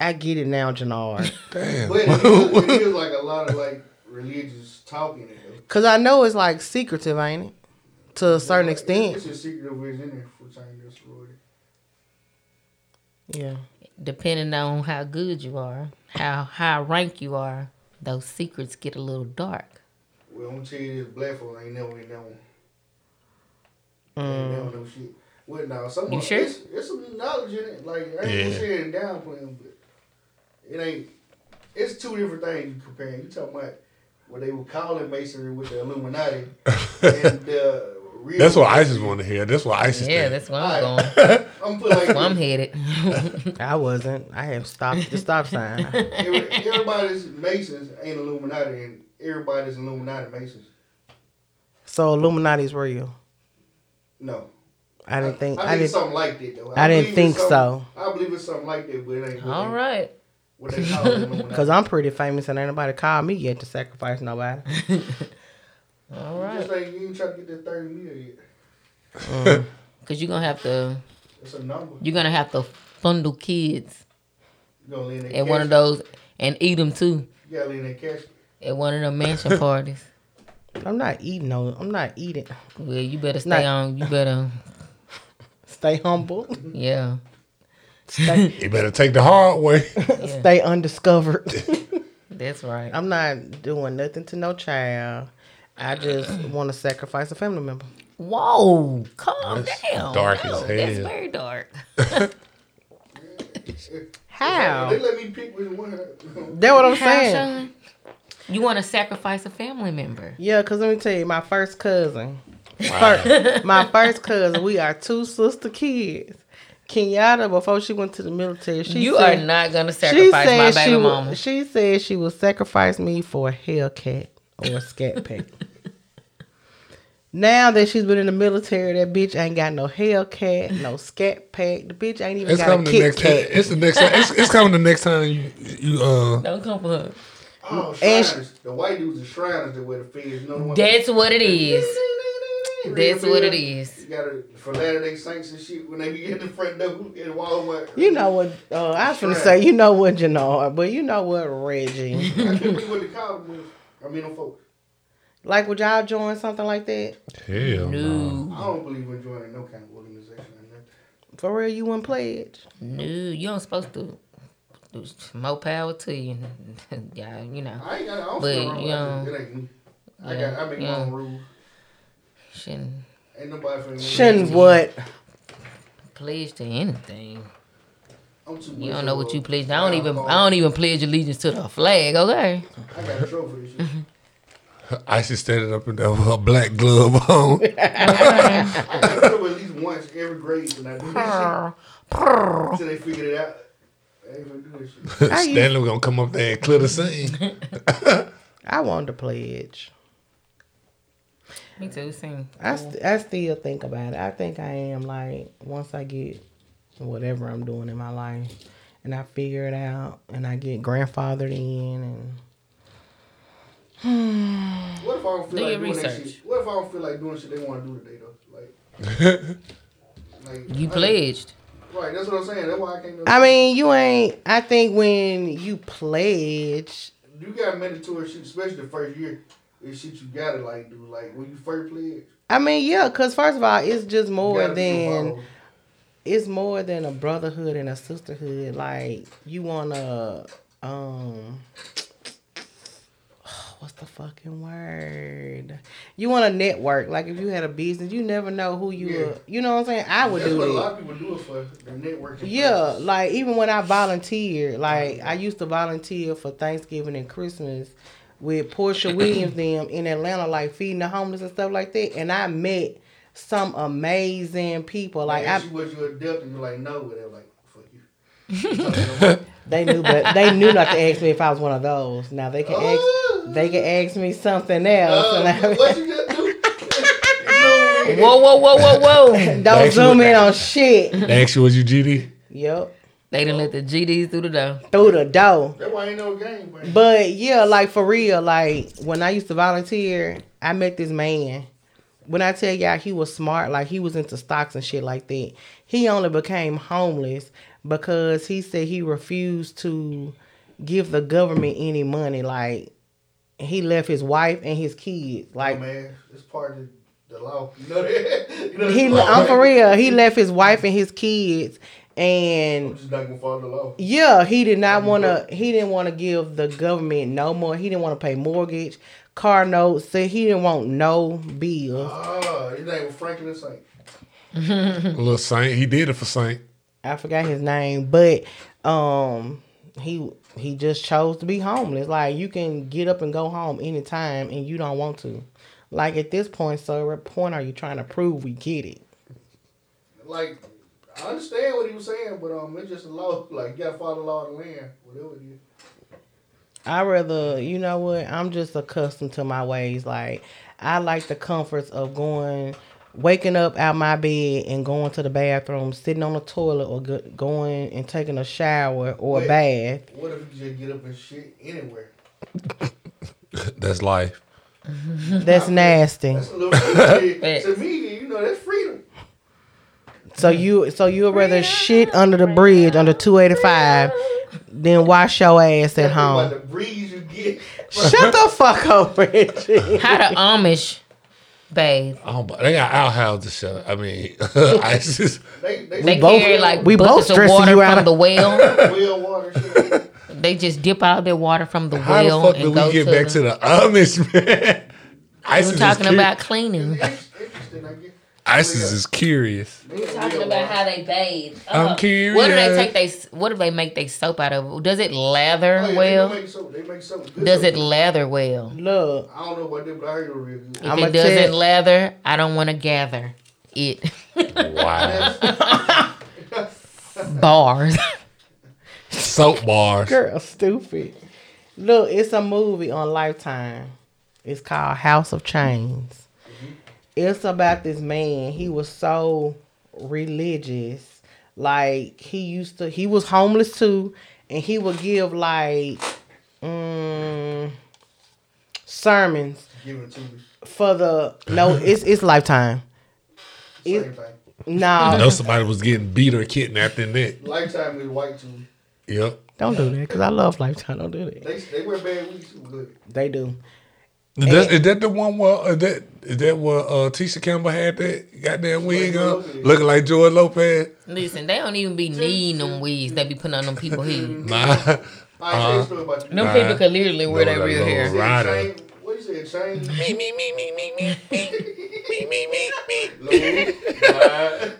S2: I get it now, Janard.
S3: Damn.
S5: But it is, it is like a lot of like religious talking. in there.
S2: Cause I know it's like secretive, ain't it? To a certain
S5: It's- It's
S2: extent.
S5: a secret of what's in there, fraternity and sorority.
S2: Yeah.
S4: Depending on how good you are, how high rank you are, those secrets get a little dark.
S5: Well, I'm gonna tell you this, black folks ain't never in that one. They ain't never know shit. What now? Some
S4: You sure?
S5: It's, it's some knowledge in it. Like I ain't
S3: Yeah.
S5: yeah. saying downplaying, but it ain't. It's two different things you comparing. You talking about what they were calling masonry with the Illuminati and the real.
S3: That's what ISIS want to hear. That's what ISIS.
S4: Yeah,
S3: think.
S4: that's where I'm
S5: All right.
S4: going.
S5: I'm put like
S4: Where I'm
S5: this.
S4: headed.
S2: I wasn't. I have stopped the stop sign.
S5: Every- everybody's masons ain't Illuminati, and everybody's Illuminati masons.
S2: so Illuminati's real.
S5: No,
S2: I didn't think. I,
S5: I,
S2: didn't.
S5: something like that though.
S2: I didn't
S5: believe it's
S2: think
S5: something- I believe it's something like that, but it ain't. what
S4: All
S5: they-
S4: right.
S5: What they call it, Illuminati.
S2: Cause I'm pretty famous and ain't nobody called me yet to sacrifice nobody.
S4: All
S5: You
S4: right.
S5: Just ain't, you ain't trying to get that 30 mil yet.
S4: Cause you're gonna have to
S5: It's a number.
S4: you're gonna have to fundle kids
S5: You gonna lean that
S4: at one of
S5: casket.
S4: those and eat them too
S5: You gotta lean that cash.
S4: at one of the mansion parties.
S2: I'm not eating no. I'm not eating.
S4: Well, you better stay
S2: Not-
S4: on. You better
S2: Stay humble.
S4: yeah.
S2: Stay,
S3: You better take the hard way.
S2: stay undiscovered.
S4: That's right.
S2: I'm not doing nothing to no child. I just want to sacrifice a family member.
S4: Whoa, calm
S3: That's
S4: down.
S3: dark as
S4: That's
S3: hell.
S4: very dark. Oh.
S5: They
S2: How?
S5: let me pick which one. I-
S2: That's what I'm
S4: How,
S2: saying.
S4: Sean? You want to sacrifice a family member.
S2: Yeah, cause let me tell you, my first cousin.
S3: Wow.
S2: Fir- my first cousin. We are two sister kids. Kenyatta, before she went to the military, she
S4: you
S2: said,
S4: are not gonna sacrifice my baby
S2: she would-
S4: mama.
S2: she said she would sacrifice me for a Hellcat or a Scat Pack. now that she's been in the military, that bitch ain't got no Hellcat, no Scat Pack. The bitch ain't even
S3: It's
S2: got a
S3: coming the
S2: Kit
S3: next time.
S2: Kat.
S3: It's the next time. It's, it's coming the next time you you uh.
S4: Don't come for her.
S5: Oh,
S2: And
S5: Shriners. The white dudes are Shriners that wear the feds. No one.
S4: That's what it is. That's what it is.
S5: You gotta, for Latter day Saints and shit, when they be at the front door at Walmart.
S2: You know what? Uh, I was gonna say you know what Janard, but you know what Reggie.
S5: I can't remember what they call them. was. I mean, them folks.
S2: like, would y'all join something like that?
S3: Hell no.
S4: No,
S5: I don't believe in joining no kind of organization or nothing.
S2: For real, you wouldn't pledge.
S4: no, you don't supposed to. More power to you, yeah. You know,
S5: I ain't got. I don't
S4: But,
S5: feel wrong.
S4: you
S5: about
S4: know,
S5: it. It ain't me. I
S4: yeah,
S5: got. I make
S4: yeah.
S5: my own rules.
S4: shouldn't
S5: Ain't nobody for me.
S2: Shin what?
S4: pledge to anything.
S5: I'm too
S4: You
S5: much
S4: don't know
S5: of
S4: what
S5: a-
S4: you pledge. I don't even.
S5: alcohol.
S4: I don't even pledge allegiance to the flag. Okay.
S5: I got in trouble for this shit.
S3: I should stand it up and down with her black glove on.
S5: I got in trouble at least once every grade when I do this shit until they figured it out. I ain't gonna do this shit.
S3: Stanley was gonna come up there and clear the scene.
S2: I wanted to pledge.
S4: Me too. Same.
S2: I, st- I still think about it. I think I am like once I get whatever I'm doing in my life and I figure it out and I get grandfathered in and
S5: What if I don't
S4: Do
S5: feel like
S4: your
S5: doing that
S4: research.
S5: shit? What if I don't feel like doing shit they want to do today though? Like, like
S4: You
S5: I-
S4: pledged.
S5: Right, that's what I'm saying. That's why I can't. do
S2: I mean you ain't I think when you pledge
S5: you got mandatory shit, especially the first year. Is shit you gotta like do. Like when you first pledge, you
S2: I mean yeah cuz first of all it's just more
S5: gotta be
S2: than
S5: involved.
S2: it's more than a brotherhood and a sisterhood. Like you wanna um what's the fucking word? You want to network. Like if you had a business, you never know who you
S5: Yeah.
S2: would. You know what I'm saying? I would
S5: That's
S2: do
S5: what a
S2: that.
S5: lot of people do it for the networking.
S2: Yeah,
S5: purpose.
S2: like even when I volunteered, like I used to volunteer for Thanksgiving and Christmas with Portia Williams them in Atlanta, like feeding the homeless and stuff like that. And I met some amazing people. Like I,
S5: Like, she was your adept, and you're like, no, but they're like, fuck you. Talking
S2: they knew, but they knew not to ask me if I was one of those. Now they can ask, they can ask me something else.
S5: about,
S2: and I-
S5: Oh, uh, what you just do? No,
S4: Whoa, whoa, whoa, whoa, whoa.
S2: don't
S3: Thanks for
S2: zoom
S3: that.
S2: in on shit.
S3: They asked you, was you GD?
S2: Yep,
S4: they done let the GDs through the door.
S2: through the door.
S5: That why ain't no game, man.
S2: But yeah, like for real, like when I used to volunteer, I met this man. When I tell y'all he was smart, like he was into stocks and shit like that. He only became homeless because he said he refused to give the government any money. Like he left his wife and his kids.
S5: Like,
S2: Like
S5: man, it's part of the law. You know that? You know
S2: he,
S5: that's law,
S2: I'm for
S5: man.
S2: real. He left his wife and his kids, and
S5: I'm just not gonna follow the law.
S2: Yeah, he did not want to. He didn't want to give the government no more. He didn't want to pay mortgage, car notes. So he didn't want no bills.
S5: Ah, his name was Franklin Saint.
S3: A little Saint. He did it for Saint.
S2: I forgot his name, but um, he he just chose to be homeless. Like you can get up and go home anytime, and you don't want to. Like at this point, sir, what point are you trying to prove we get it?
S5: Like, I understand what he was saying, but um, it's just a law. Like, you gotta follow the law of the land, whatever it is.
S2: I rather, you know what? I'm just accustomed to my ways. Like I like the comforts of going, waking up out my bed and going to the bathroom, sitting on the toilet, or go, going and taking a shower or a
S5: Wait.
S2: bath.
S5: What if you just get up and shit anywhere?
S3: That's life.
S2: That's nasty.
S5: That's a little freedom.
S4: Facts.
S5: to me, you know, that's freedom.
S2: So you, so you would rather shit under the bridge under 285 than wash your ass at
S5: By
S2: home.
S5: the breeze you get.
S2: Shut the fuck up, Reggie.
S4: How the Amish bathe.
S3: Oh, but they got outhouses shut up. I mean, ISIS.
S5: They, they,
S4: They
S2: both-
S4: carry like
S2: we both
S4: buckets of
S2: stressing
S4: water
S2: you
S4: from
S2: out.
S4: the well.
S5: well water. Shit.
S4: they just dip out their water from the
S3: How
S4: well
S3: the fuck
S4: and
S3: did
S4: go
S3: we get
S4: to
S3: back
S4: the,
S3: to the Amish, man? ISIS
S4: We're
S3: is
S4: talking
S3: curi-
S4: about cleaning.
S5: It's interesting, I guess.
S3: ISIS is curious.
S5: We're
S4: Talking about how they bathe.
S3: I'm
S4: Uh-huh. What do they
S3: curious.
S4: take? They what do they make they soap out of? Does it
S3: Oh,
S4: lather
S5: they
S4: well?
S5: make soap. They make soap. Good
S4: Does
S5: soap.
S4: it lather well?
S2: Look,
S5: I don't know about them, but I heard it was real good.
S4: If
S2: I'ma
S4: it doesn't
S2: tell-
S4: lather, I don't want to gather it.
S3: Wow.
S4: Bars.
S3: Soap bars.
S2: girl, stupid. Look, it's a movie on Lifetime. It's called House of Chains. It's about this man. He was so religious. Like he used to he was homeless too and he would give like mm, sermons
S5: Give it to me.
S2: for the no it's it's lifetime.
S5: Same
S2: It-
S5: thing.
S2: No,
S3: I know somebody was getting beat or kidnapped in that.
S5: Lifetime is white too.
S3: Yep.
S2: don't do that cuz I love Lifetime. Don't do that.
S5: They they wear bad wigs too. Good.
S2: They do.
S3: Is that, is that the one where uh, that is that where uh, Tisha Campbell had that goddamn wig on, looking like George Lopez?
S4: Listen, they don't even be needing them weeds they be putting on them people here.
S3: Nah,
S5: I ain't uh, story about you.
S4: Them people could literally wear
S3: Lord,
S4: their real
S3: Lord.
S4: hair.
S5: You said
S3: Rider.
S5: chain- What you say? Chain.
S3: me me me me me me me me me me me.
S5: Lord,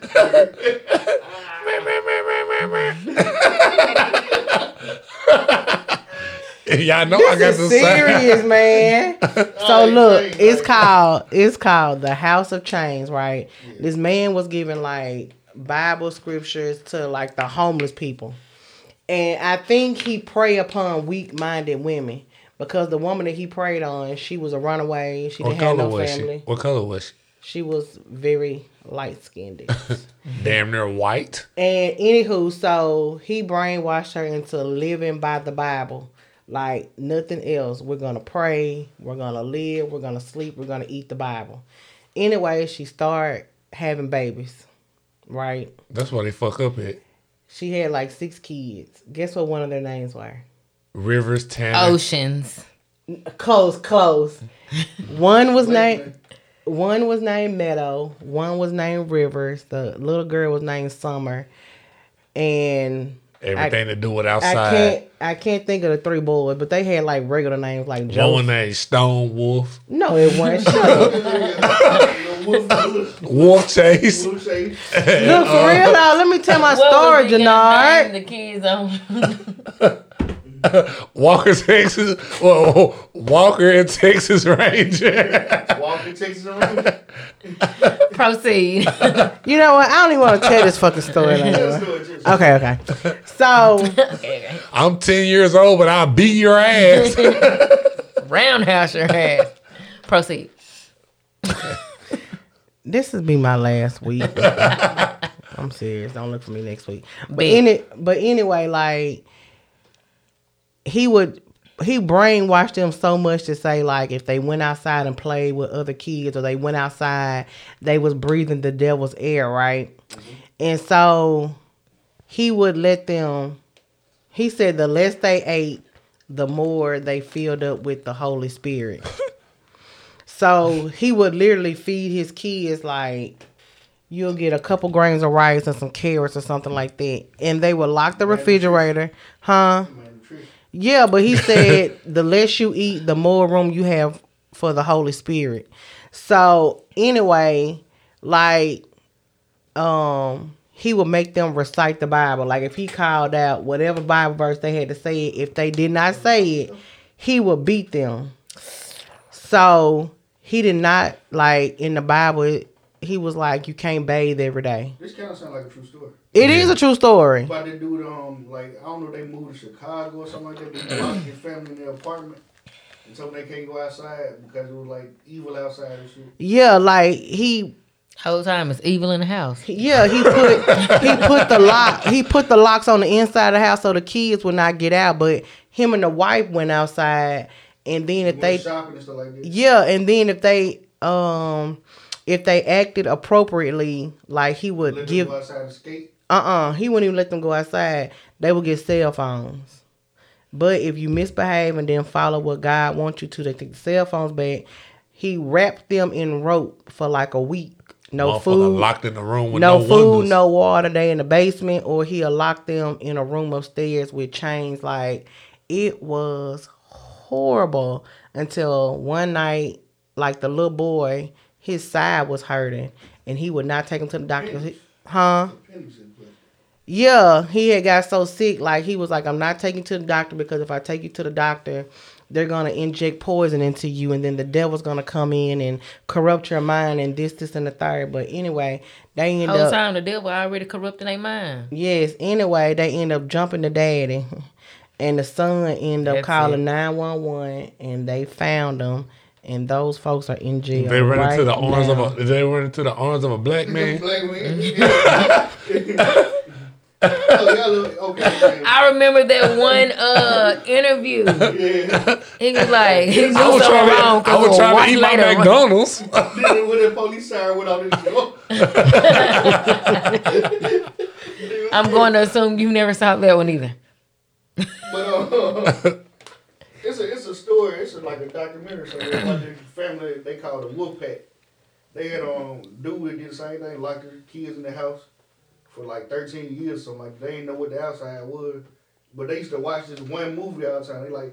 S3: Y'all know I got
S2: This
S3: the
S2: is
S3: sound.
S2: serious, man. so
S5: Oh, you
S2: look,
S5: crazy,
S2: it's
S5: man.
S2: called it's called the House of Chains, right? This man was giving like Bible scriptures to like the homeless people. And I think he prey upon weak minded women because the woman that he preyed on, she was a runaway. She
S3: What
S2: didn't have
S3: color
S2: no
S3: was
S2: family.
S3: she? What color was
S2: She? was very light skinned.
S3: she? Damn near white.
S2: And anywho, so he brainwashed her into living by the Bible. Like nothing else. We're gonna pray, we're gonna live, we're gonna sleep, we're gonna eat the Bible. Anyway, she started having babies. Right?
S3: That's why they fuck up at
S2: She had like six kids. Guess what one of their names were?
S3: Rivers
S2: Oh,
S3: Tanner.
S4: Oceans.
S2: Close, close. One was named one was named Meadow, one was named Rivers, the little girl was named Summer, and
S3: Everything to do with outside.
S2: I can't. I can't think of the three boys, but they had like regular names like Joe.
S3: Monet, Stone Wolf,
S2: No, it wasn't. Shut up.
S5: Blue
S3: Wolf Chase.
S5: shade.
S2: Look for real now. Let me tell my
S4: What
S2: story,
S4: was the young
S2: Janard.
S4: name The kids on.
S3: Walker Texas, well, Walker and Texas Ranger.
S5: Walker Texas around.
S4: Proceed.
S2: You know what? I don't even want to tell this fucking story. no more.
S5: Let's do it, just-
S2: Okay, okay. So
S3: I'm ten years old, but I'll beat your ass.
S4: Roundhouse your ass. Proceed.
S2: this will be my last week. I'm serious. Don't look for me next week. But
S4: Bet.
S2: in it, but anyway, like he would he brainwashed them so much to say like if they went outside and played with other kids or they went outside, they was breathing the devil's air, right? And so he would let them he said the less they ate, the more they filled up with the Holy Spirit. So he would literally feed his kids like you'll get a couple grains of rice and some carrots or something like that. And they would lock the refrigerator. Huh? Yeah, but he said the less you eat, the more room you have for the Holy Spirit. So anyway, like um he would make them recite the Bible. Like if he called out whatever Bible verse they had to say it, if they did not say it, he would beat them. So he did not like in the Bible. it- He was like, you can't bathe every day.
S5: This kind of sounds like a true story.
S2: It is a true story.
S5: About that dude, um, like I don't know, they moved to Chicago or something like that. They locked their family in their apartment, and so they can't go outside because it was like evil outside and shit.
S2: Yeah, like he,
S4: Whole time it's evil in the house.
S2: yeah, he put he put the lock he put the locks on the inside of the house so the kids would not get out. But him and the wife went outside, and then if
S5: Went
S2: they
S5: shopping and stuff like that.
S2: Yeah, and then if they um if they acted appropriately, like he would
S5: Let them
S2: give
S5: go outside and skate.
S2: uh uh he wouldn't even let them go outside. They would get cell phones. But if you misbehave and then follow what God wants you to, they take the cell phones back. He wrapped them in rope for like a week. No
S3: Motherfucker
S2: food,
S3: locked in the room with
S2: no,
S3: no,
S2: food,
S3: windows.
S2: no water. They in the basement, or he'll lock them in a room upstairs with chains. Like it was horrible until one night, like the little boy, his side was hurting, and he would not take him to the doctor. He- Huh?
S5: Appendix in place.
S2: Yeah, he had got so sick. Like he was like, I'm not taking you to the doctor because if I take you to the doctor, they're gonna inject poison into you, and then the devil's gonna come in and corrupt your mind and this, this, and the third. But anyway, they end
S4: Whole
S2: up.
S4: time the devil already corrupting their mind.
S2: Yes. Anyway, they end up jumping the daddy, and the son end up
S4: That's
S2: calling nine one one, and they found them, and those folks are in jail.
S3: They run into the
S2: right
S3: arms
S2: now.
S3: of a. They run into the arms of a black man.
S5: Black man. oh, y'all look, okay.
S4: I remember that one uh interview.
S5: Yeah.
S4: He was like, he knew
S3: I was
S4: something
S3: trying to.
S4: wrong
S3: I was trying to eat my McDonald's.
S5: Nigga with a police siren with all this shit.
S4: I'm going to assume you never saw that one either.
S5: But uh, it's a it's a story. It's a, like a documentary. So it's like the family they call it a wolf pack. They had um dude that did the same thing, locked their kids in the house for like thirteen years. So like they didn't know what the outside was, but they used to watch this one movie all the time. They like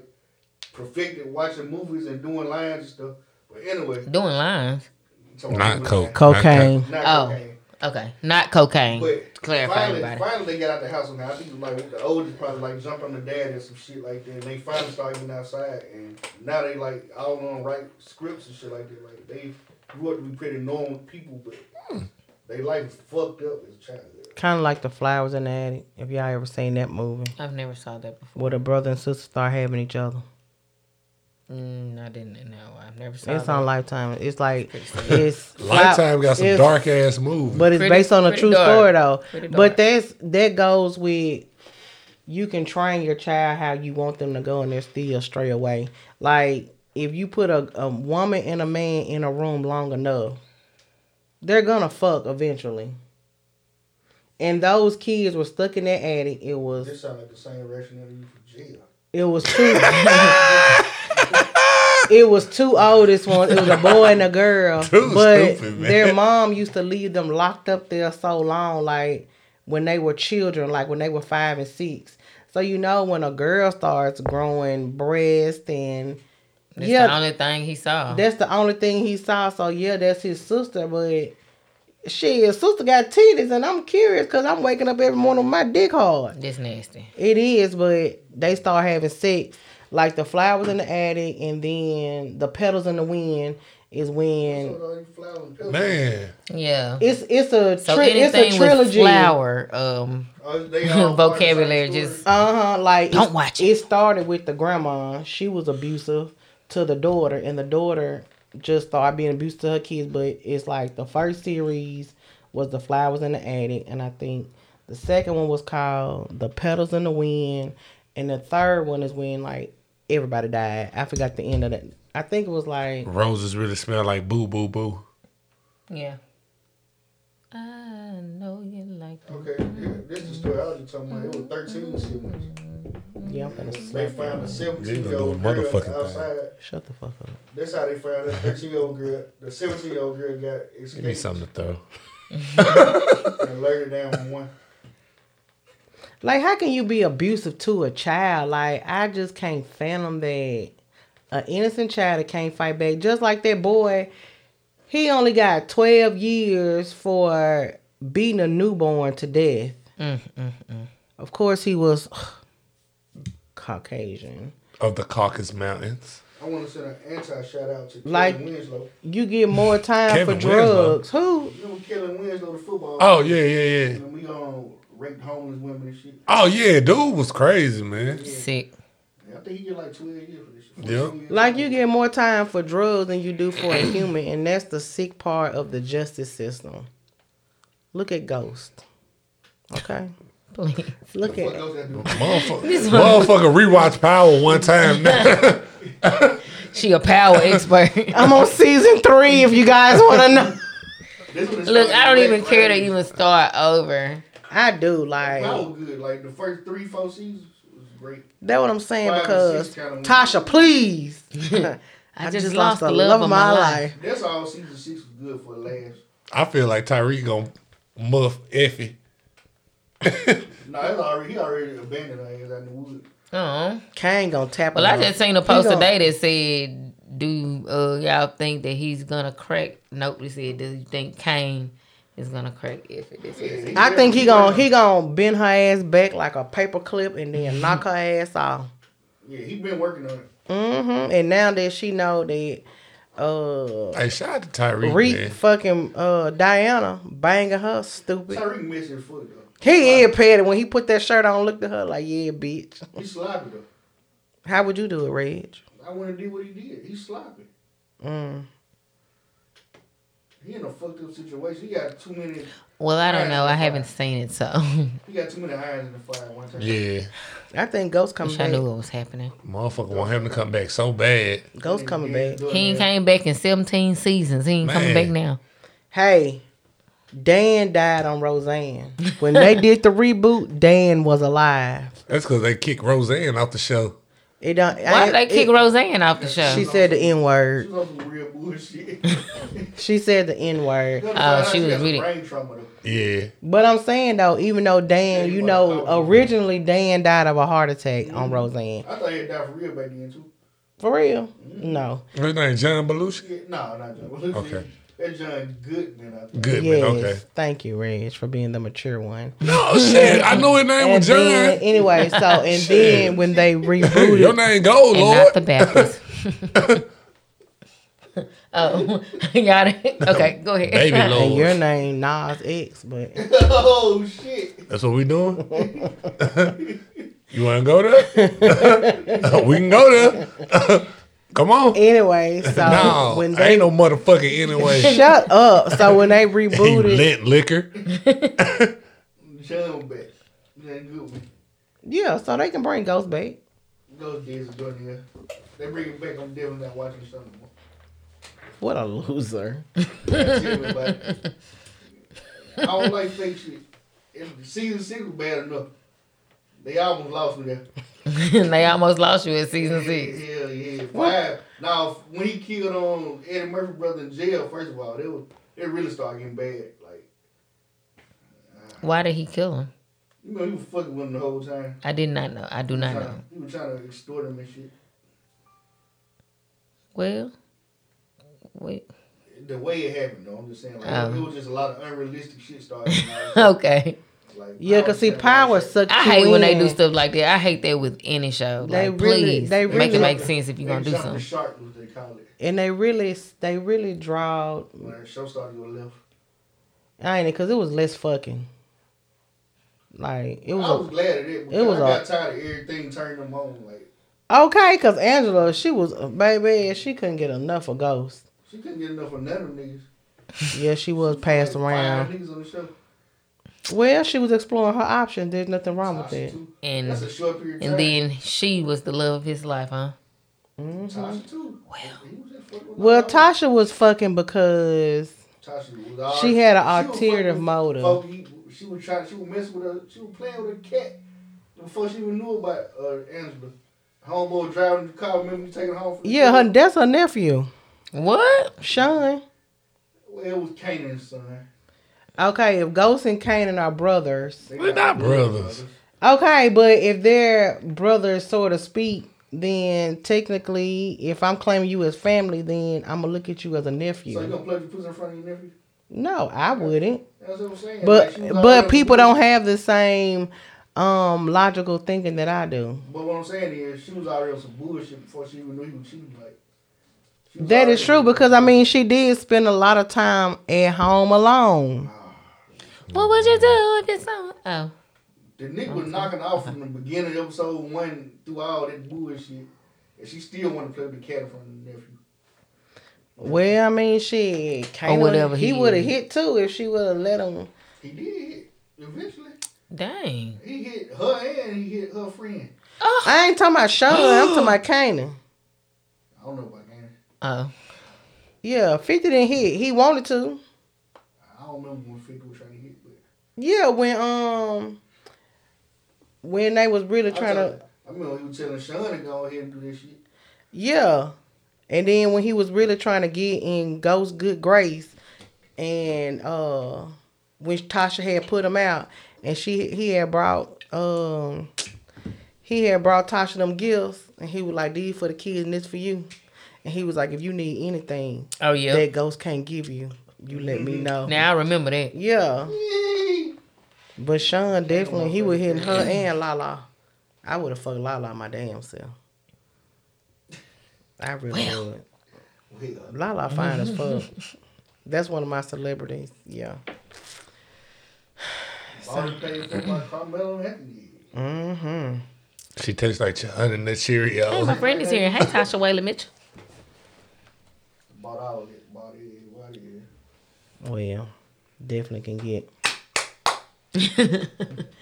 S5: perfected watching movies and doing lines and stuff. But anyway,
S4: Doing lines.
S5: so-
S3: Not coke.
S2: cocaine.
S5: Not
S4: Oh.
S5: cocaine.
S4: Okay, not cocaine.
S5: But
S4: Clarify
S5: finally,
S4: everybody.
S5: finally they got out the house somehow. I think like the oldest probably like jumped on the dad and some shit like that. And they finally started getting outside, and now they like all on write scripts and shit like that. Like they grew up to be pretty normal people, but
S4: Hmm.
S5: they life is fucked up as a child.
S2: Kind of like the flowers in the attic. If y'all ever seen that movie,
S4: I've never saw that before.
S2: where the brother and sister start having each other.
S4: Mm, I didn't know. I've never saw
S2: It's
S4: that.
S2: on Lifetime. It's like it's
S3: Lifetime got some
S2: it's-
S3: dark ass moves.
S2: but it's
S4: Pretty-
S2: based on a
S4: pretty
S2: true
S4: dark.
S2: story though.
S4: Pretty dark.
S2: But that's that goes with you can train your child how you want them to go and they're still stray away. Like if you put a, a woman and a man in a room long enough, they're gonna fuck eventually. And those kids were stuck in that attic. It was
S5: This sound like the same rationale you for jail.
S2: it was two. it was two oldest ones. It was a boy and a girl.
S3: Too
S2: but
S3: stupid, man.
S2: their mom used to leave them locked up there so long, like when they were children, like when they were five and six. So you know when a girl starts growing breast and
S4: That's
S2: yeah,
S4: the only thing he saw.
S2: that's the only thing he saw. So yeah, that's his sister, but shit, his sister got titties, and I'm curious because I'm waking up every morning with my dick hard.
S4: That's nasty.
S2: It is, but they start having sex. Like the flowers in the attic, and then the petals in the wind is when
S5: all Oh, you flower and petal.
S3: Man,
S4: Yeah.
S2: it's it's a
S4: So
S2: tri- it's
S4: anything
S2: a
S4: with
S2: trilogy. Uh
S4: flower, um,
S5: Oh, they all part of the same
S4: vocabulary
S5: story.
S4: just
S2: huh. Uh-huh, Like
S4: Don't
S2: it,
S4: watch
S2: it started with the grandma. She was abusive to the daughter, and the daughter just started being abusive to her kids. But it's like the first series was the flowers in the attic, and I think the second one was called the petals in the wind, and the third one is when like everybody died. I forgot the end of that. I think it was like
S3: roses really smell like boo boo boo.
S4: yeah. I know you like that.
S5: Okay, yeah, this is the story I was talking about. It was 13 siblings.
S2: yeah, I'm gonna
S5: They
S2: slap you.
S5: found a
S3: They
S5: 17
S3: gonna do
S5: year
S3: a
S5: old girl
S3: motherfucking thing.
S5: outside.
S2: Shut the fuck up.
S5: That's how they found that 13 year old girl. The 17 year old girl got
S3: Give me
S5: escaped
S3: something to throw.
S5: and later down with one.
S2: Like, how can you be abusive to a child? Like, I just can't fathom that. An innocent child that can't fight back, just like that boy, he only got 12 years for beating a newborn to death. Of course, he was Caucasian.
S3: Of the Caucasus Mountains.
S5: I want to send an anti shout out to
S2: Like-
S5: Kevin Winslow.
S2: You get more time
S3: Kevin
S2: for
S3: Winslow.
S2: drugs. Who?
S5: You know Kevin Winslow, the football.
S3: Oh yeah, yeah, yeah.
S5: And we um raped homeless women and shit.
S3: Oh yeah, dude was crazy, man.
S4: Sick.
S5: I think he get like 12 years for this shit.
S3: Yeah.
S5: 14 years.
S2: Like you get more time for drugs than you do for a human, and that's the sick part of the justice system. Look at Ghost. Okay.
S4: Please.
S2: Look
S5: What
S2: at
S5: else that do?
S3: Motherfucker, motherfucker rewatch Power one time now.
S4: She a power expert.
S2: I'm on season three if you guys wanna know.
S5: This one is
S4: Look, I don't
S5: starting
S4: even
S5: late,
S4: care to
S5: right?
S4: even start over.
S2: I do
S5: That
S2: like
S5: was good. Like the first three, four seasons was great.
S2: that's what I'm saying
S5: Five and
S2: because
S5: six kinda
S2: Tasha, please.
S4: I, just, lost, the love, of my life.
S5: That's all season six was good for last.
S3: I feel like Tyreek gonna muff Effie.
S5: No, that's already he already abandoned her ass out in the woods.
S4: Oh.
S2: Kane gonna tap.
S4: Well,
S2: it
S4: I
S2: up.
S4: just seen a post
S2: He gonna-
S4: today that said, "Do uh, y'all think that he's gonna crack?" Nope. They said, "Do you think Kane is gonna crack if it is?"
S5: Yeah,
S2: I think he
S5: definitely-
S2: gonna he gonna bend her ass back like a paper clip and then knock her ass off.
S5: Yeah, he been working on it.
S2: Mm-hmm. And now that she know that uh
S3: Hey, shout out to Tyreek,
S2: Reek
S3: man.
S2: fucking uh Diana banging her stupid.
S5: Tyreek missed his foot though.
S2: He is petty when he put that shirt on. Looked at her like, yeah, bitch.
S5: He sloppy though.
S2: How would you do it, Reg?
S5: I wouldn't do what he did. He sloppy.
S2: Mm.
S5: He in a fucked up situation. He got too many.
S4: Well, I don't
S5: Alright,
S4: know. I
S5: that's
S4: haven't seen it, so
S5: He got too many irons in the fire at one time.
S3: Yeah,
S2: I think Ghost coming
S4: wish I
S2: back.
S4: knew what was happening.
S3: motherfucker want him to come back so bad.
S2: Ghost coming back.
S4: He ain't came back in 17 seasons. He ain't coming back
S3: Man.
S4: now.
S2: Hey, Dan died on Roseanne. When they did the reboot, Dan was alive.
S3: That's because they kicked Roseanne off the show.
S2: It don't.
S4: Why did they kick Roseanne off the show?
S2: She said the N
S5: She
S2: word.
S5: was on some real bullshit.
S2: She said the N word.
S5: Oh,
S4: Uh, she was really-
S5: brain trauma though.
S3: Yeah,
S2: But I'm saying though, even though Dan, you know, originally Dan died of a heart attack
S3: Mm-hmm.
S2: on Roseanne.
S5: I thought he died for real back then too.
S2: For real?
S3: Mm-hmm.
S2: No.
S3: his name John Belushi.
S5: Yeah, no, not John. Well, let's
S3: Okay.
S5: see. That John Goodman. I think.
S3: Goodman,
S2: Yes.
S3: okay.
S2: Thank you, Reg, for being the mature one.
S3: No shit, I knew his name
S2: And
S3: was John.
S2: then, anyway, so and then when they
S3: Your
S2: rebooted,
S3: name Gold
S4: and
S3: Lord.
S4: not the Baptist. oh, got it. Okay, go ahead.
S3: Baby
S2: and your
S3: Lord.
S2: name Nas X, but
S5: Oh shit!
S3: That's what we doing. you want to go there? we can go there. Come on.
S2: anyway, so
S3: no,
S2: when
S3: I
S2: they
S3: ain't no motherfucker anyway.
S2: shut up, so when they
S3: he
S2: rebooted,
S3: lent liquor.
S5: John back. John Goodman.
S2: yeah, so they can bring Ghost back.
S5: Those days are done here. They bring it back. I'm definitely not watching something more.
S2: What a loser!
S5: That's it, like, I don't like fake shit. If season six was bad enough, they almost lost me there.
S4: they almost lost you at season six.
S5: Hell yeah. Five. Now, when he killed on Eddie Murphy brother in jail, first of all, it was it really started getting bad. Like,
S4: Why did he kill him?
S5: You know, he was fucking with him the whole time.
S4: I did not know. I do not know.
S5: Tryna- He was trying to extort him and shit.
S4: Well, wait.
S5: The way it happened, though, I'm just saying, like,
S4: Um.
S5: it was just a lot of unrealistic shit starting. like,
S4: Okay.
S5: like,
S2: Yeah, cause see,
S5: Power
S2: power
S5: shut
S2: sucks.
S4: I
S2: you
S4: hate when they
S2: in.
S4: do stuff like that. I hate that with any show.
S2: They
S4: like,
S2: really-
S4: please
S2: they
S4: make
S2: really-
S4: it make sense if
S5: down.
S4: you're gonna do
S5: They jumped
S4: something.
S5: The shark, what they call it.
S2: and they really, they really draw.
S5: When the show started to go left.
S2: I ain't it, cause it was less fucking. Like it
S5: I was
S2: was
S5: glad of it.
S2: it was
S5: I got
S2: a-
S5: tired of everything turning them on. Like
S2: a, okay, cause Angela, she was uh, baby, she couldn't get enough of Ghost.
S5: she couldn't get enough of none of them niggas.
S2: Yeah, she was passed
S5: Like,
S2: around.
S5: Five niggas on the show.
S2: Well, she was exploring her options. There's nothing wrong with
S5: Tasha
S2: that.
S5: too.
S4: And
S5: That's a short period.
S4: and then she was the love of his life, huh?
S5: Tasha too. He was just fucking with
S2: Mm-hmm. Well,
S5: her.
S2: Tasha was fucking because
S5: Tasha was all-
S2: she had an
S5: she was
S2: ulterior
S5: fucking-
S2: motive.
S5: folk, he- She was trying. She was messing with her. She was playing with her cat before she even knew about uh, Angela. Homeboy driving the car. Remember you taking her home? From the
S2: yeah,
S5: club?
S2: her, that's her nephew,
S4: What?
S2: Sean.
S5: Well, it was Canaan's son.
S2: Okay, if Ghost and Kanan are brothers,
S5: They
S3: We're
S5: got-
S3: not brothers.
S2: okay, but if they're brothers, so to speak, then technically, if I'm claiming you as family, then I'm gonna look at you as a
S5: So you
S2: nephew.
S5: gonna plug your pussy in front of your nephew?
S2: No, I wouldn't.
S5: That's what I'm saying. Like,
S2: But
S5: she was
S2: but
S5: all-
S2: people don't have the same um logical thinking that I do.
S5: But what I'm saying is, she was already on some bullshit before she even knew he was cheating. Like she was
S2: That is true
S5: already-
S2: because I mean she did spend a lot of time at home alone.
S4: What would you do if it's on? Oh,
S5: the Nick was knocking off from the beginning of episode one through all that bullshit, and she still wanted to play with the cat in front of the nephew.
S2: Well, I mean shit, Kanan,
S4: whatever
S2: he,
S4: he
S2: would have
S4: is.
S2: hit too if she would have let him.
S5: He did hit eventually.
S4: dang.
S5: He hit her and he hit her friend.
S2: I ain't talking about Sean. I'm talking about Kanan.
S5: I don't know about that.
S4: Oh,
S2: Yeah, Fifty didn't hit. He wanted to.
S5: I don't remember when Fifty was trying to hit, but
S2: Yeah, when um when they was really
S5: I
S2: trying to
S5: thought- I remember he was telling Sean to go ahead and do this shit.
S2: yeah, and then when he was really trying to get in Ghost good grace, and uh when Tasha had put him out, and she he had brought um he had brought Tasha them gifts, and he was like these for the kids and this for you, and he was like if you need anything
S4: oh yeah.
S2: that Ghost can't give you, you let me know.
S4: now I remember that.
S2: Yeah,
S5: Yee!
S2: but Sean definitely he was hitting her and Lala. I would have fucked Lala my damn self. I really would.
S5: Well,
S2: Lala fine as fuck. That's one of my celebrities. Yeah.
S5: all the pain for my Carmelo Anthony.
S2: Mm-hmm.
S3: She tastes like honey nut
S4: Hey, my
S3: Cheerios.
S4: friend is here. Hey, Tasha Wayla Mitchell.
S5: Bought all of it. Bought it. Bought it.
S2: Well, Oh, definitely can get.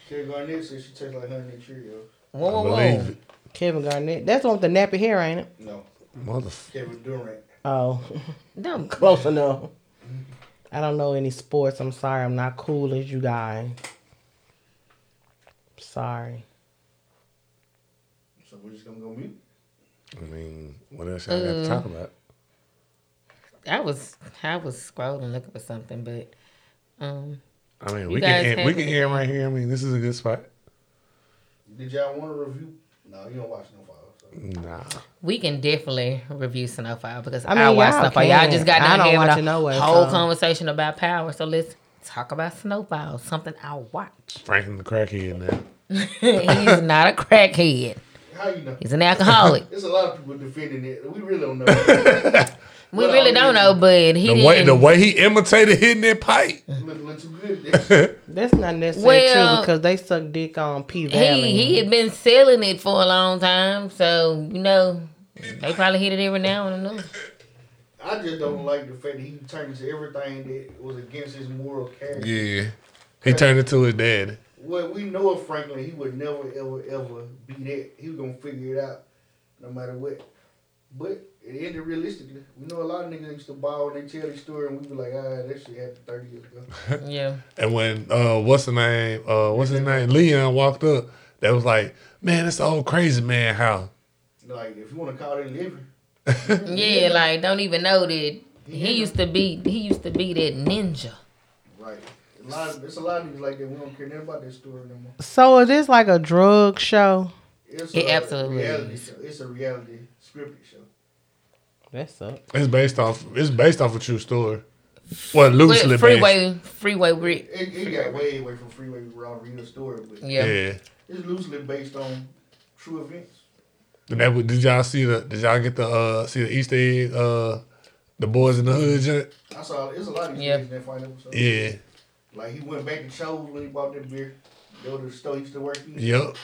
S5: Karen Garnett said she tastes like honey and Cheerios.
S4: Whoa, whoa, whoa.
S3: Believe
S2: Kevin Garnett. That's the one with the nappy hair, ain't it?
S5: No,
S3: it, motherfucker.
S5: Kevin Durant.
S2: Oh,
S4: Dumb.
S2: close enough. I don't know any sports. I'm sorry. I'm not cool as you guys. Sorry.
S5: So we're just gonna go mute.
S3: I mean, what else y'all got
S4: Mm.
S3: to talk about?
S4: I was I was scrolling looking for something, but um,
S3: I mean,
S4: You
S3: we
S4: guys
S3: can end, we
S4: have-
S3: can end right here. I mean, this is a good spot.
S5: Did y'all want to review? Mm. No, you don't watch no file. So.
S3: Nah,
S4: we can definitely review Snowfall because I,
S2: I mean,
S4: watch
S2: y'all
S4: Snowfall.
S2: can.
S4: Y'all just got
S2: I
S4: down
S2: don't
S4: here
S2: watch
S4: with
S2: it
S4: a
S2: no way,
S4: whole
S2: so.
S4: conversation about power. So let's talk about Snowfall, something I watch.
S3: Franklin the crackhead now.
S4: He's not a crackhead.
S5: How you know?
S4: He's an alcoholic.
S5: There's a lot of people defending it. We really don't know. look,
S4: We
S5: Well,
S4: really don't know, but he
S3: The
S4: didn't.
S3: way the way he imitated hitting that pipe.
S5: look too good.
S2: That's not necessary
S4: Well-
S2: true because they suck dick on P Valley.
S4: he he had been selling it for a long time, so you know they probably hit it every now and then.
S5: I just don't like the fact that he turned to everything that was against his moral character.
S3: Yeah, he turned into his dad.
S5: Well, we know of Franklin, he would never, ever, ever be that. He was gonna figure it out, no matter what. But it ended realistically. We know a lot of niggas used to borrow and they tell their story, and we be like, ah, that shit happened 30 years ago.
S4: Yeah,
S3: And when uh, what's the name? Uh, what's his name? Leon walked up. That was like, man, that's the old crazy man house.
S5: Like, if you want to call it living,
S4: yeah. Like don't even know that he used to be he used to be that ninja.
S5: right? A lot of, it's a lot of these like that. We don't care nothing about this story no more.
S2: So is this like a drug show?
S5: It's
S4: It
S5: a
S4: absolutely
S5: reality
S4: is.
S5: show. It's a reality scripted show.
S2: That's up.
S3: It's based off. It's based off a true story. Well, loosely
S4: But freeway, freeway Rick.
S5: It, it got way away from Freeway Raw real story, but
S4: Yeah.
S3: based. Yeah.
S5: it's loosely based on true events.
S3: And that was- did y'all see the? Did y'all get the uh see the Easter egg? Uh, the boys in the hood. joint?
S5: I saw it's a lot of these
S4: Yeah.
S5: things in that final episode.
S3: Yeah.
S5: Like he went back and chose when he bought that beer. Go to the store he used to work in.
S3: Yup.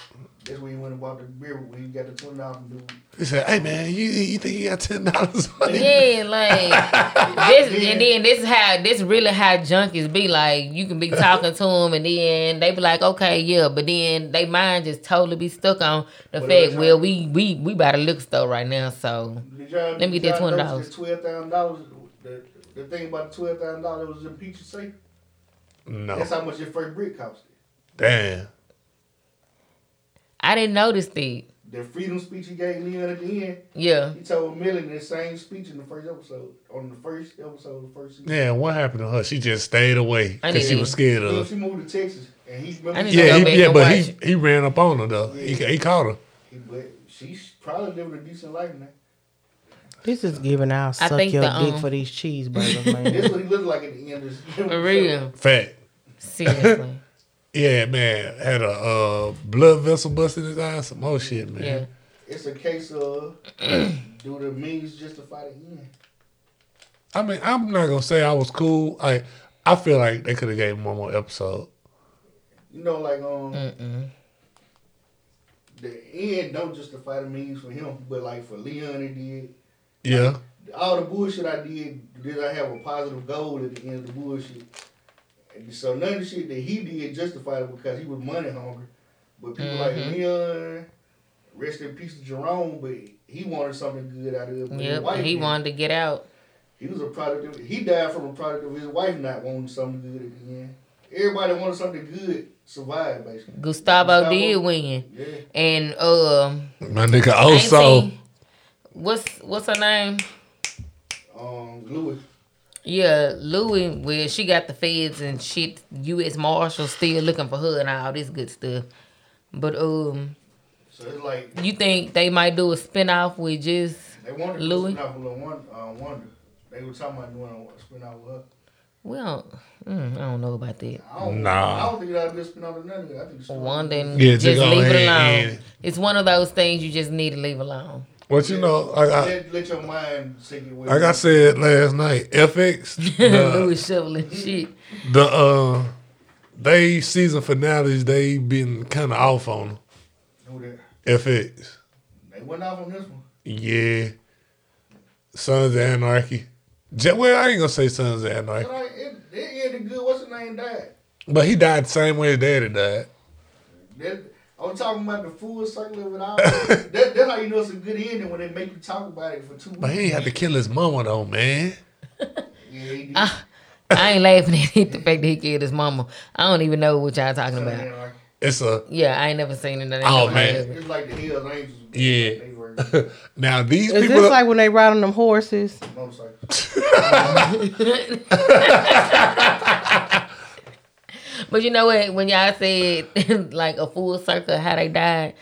S5: That's when he went and bought the beer when he got the twenty dollars from dude.
S3: He said, "Hey man, you you think you got ten dollars?"
S4: Yeah, like this, and then this is how this really how junkies be. Like you can be talking to them, and then they be like, "Okay, yeah," but then they mind just totally be stuck on the
S5: What
S4: fact.
S5: else?
S4: Well, we we we by the liquor store right now, so
S5: Did y'all,
S4: Let me
S5: did
S4: get
S5: y'all
S4: $20.
S5: notice Twelve thousand dollars. The, the thing about the twelve thousand dollars was in Peach's safe.
S3: No.
S5: That's how much your first brick cost.
S3: Damn.
S4: I didn't notice that.
S5: The freedom speech he gave Leon at the end,
S4: Yeah,
S5: he told Millie the same speech in the first episode. On the first episode, of the first season.
S3: Yeah. What happened to her? She just stayed away because
S4: I
S3: she
S4: didn't- Mm-hmm.
S3: was scared
S5: Then
S3: of.
S5: She moved to Texas, and he
S4: I
S5: remember
S4: didn't
S5: he,
S4: know
S3: Yeah. He,
S4: Go back
S3: yeah.
S4: and
S3: But
S4: watch
S3: he
S4: it.
S3: he ran up on her though. He ca- he caught her.
S5: but she's probably living a decent life now.
S2: This is giving out
S4: I
S2: suck
S4: think
S2: your
S4: the,
S2: dick
S4: um,
S2: for these cheeseburgers, man.
S5: That's what he looked like at the end of this.
S4: for real.
S3: Fact.
S4: Seriously,
S3: Yeah, man. Had a uh, blood vessel bust in his eye. Some more shit, man.
S4: yeah.
S5: It's a case of do the means justify the end?
S3: I mean, I'm not gonna say I was cool. Like, I feel like they could have gave him one more episode.
S5: You know, like um,
S4: Mm-mm.
S5: the end don't justify the means for him, but like for Leon, it did.
S3: Yeah,
S5: All the bullshit I did, did I have a positive goal at the end of the bullshit? And so none of the shit that he did justified it because he was money hungry. But people
S4: Mm-hmm.
S5: like Leon, rest in peace to Jerome, but he wanted something good out of it. but his
S4: Yep.
S5: wife
S4: He
S5: didn't.
S4: wanted to get out.
S5: He was a product of, he died from a product of his wife not wanting something good at the end. Everybody wanted something good, survived basically.
S4: Gustavo,
S5: Gustavo.
S4: did win,
S5: Yeah.
S4: and um.
S3: my nigga. oh,
S4: Ain't
S3: Also,
S4: seen- what's what's her name?
S5: Um, Louis.
S4: Yeah, Louis. Well, she got the feds and shit. U.S. Marshal still looking for her and all this good stuff. But um,
S5: So it's like
S4: you think they might do a spin off with just
S5: they wanted to
S4: Louis?
S5: spin off with Lil Wonder, uh, Wonder. They were talking about doing a spin off with her.
S4: well, mm, I don't know about that.
S5: I don't,
S3: Nah.
S5: I don't think that'd be a spin off of none of it. I think it's
S4: One then
S3: Yeah,
S4: just
S3: just go
S4: leave it
S3: ahead
S4: alone.
S3: and-
S4: It's one of those things you just need to leave alone.
S3: what you know, like I,
S5: Let, let your mind sink it with
S3: like I said last night, FX, the,
S4: Louis shoveling shit.
S3: the uh, they season finales, they been kind of off on
S5: Who that-
S3: them. FX.
S5: They went off on this one.
S3: Yeah, Sons of Anarchy. Ja- Well, I ain't gonna say Sons of
S5: But
S3: Anarchy,
S5: I, it, it ended good. What's his name died?
S3: but he died the same way his daddy died.
S5: That, I'm talking about the full circle of it all. that, that's how you know it's a good ending when they make you talk about it for two
S3: But
S5: weeks.
S3: he ain't have to kill his mama though, man.
S5: Yeah, they did.
S4: I ain't laughing at it, the fact that he killed his mama. I don't even know what y'all talking
S5: Something
S4: about.
S5: like-
S3: It's a
S4: Yeah, I ain't never seen it. I ain't
S3: Oh,
S4: never
S3: man.
S4: heard of it.
S5: It's like the Hells Angels.
S3: Yeah.
S5: They were
S3: now these
S2: Is
S3: people.
S2: this like when they ride on them horses?
S5: motorcycles.
S4: But you know what? When y'all said like a full circle, how they died,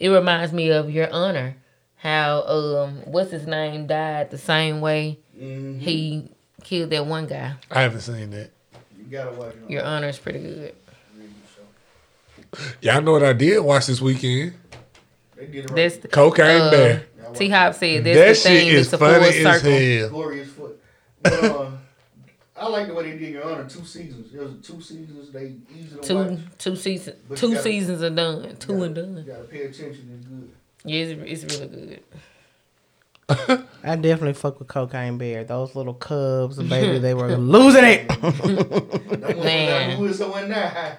S4: it reminds me of your honor. How um, what's his name died the same way
S3: Mm-hmm.
S5: Mm,
S4: he killed that one guy.
S3: I haven't seen that.
S5: you gotta watch it.
S4: Your honor is pretty good.
S3: Y'all know what I did watch this weekend?
S5: They did it right.
S4: That's
S3: Cocaine
S4: uh,
S3: Bear.
S4: T Hop said
S3: That
S4: that's the
S3: shit
S4: thing.
S3: is
S4: It's a full
S3: funny as
S4: circle.
S3: hell.
S5: glorious foot. But, uh, I like the way they did Your Honor two seasons. It was two seasons. They easy to
S4: Two
S5: watch.
S4: two seasons
S5: But you
S4: two
S5: gotta-
S4: seasons are done. Two
S5: gotta-
S4: and
S5: You
S4: done.
S5: gotta pay attention. It's good.
S4: Yeah, it's, it's really good.
S2: I definitely fuck with Cocaine Bear. Those little cubs, baby, they were losing it.
S5: That one
S4: Man.
S5: who is someone now?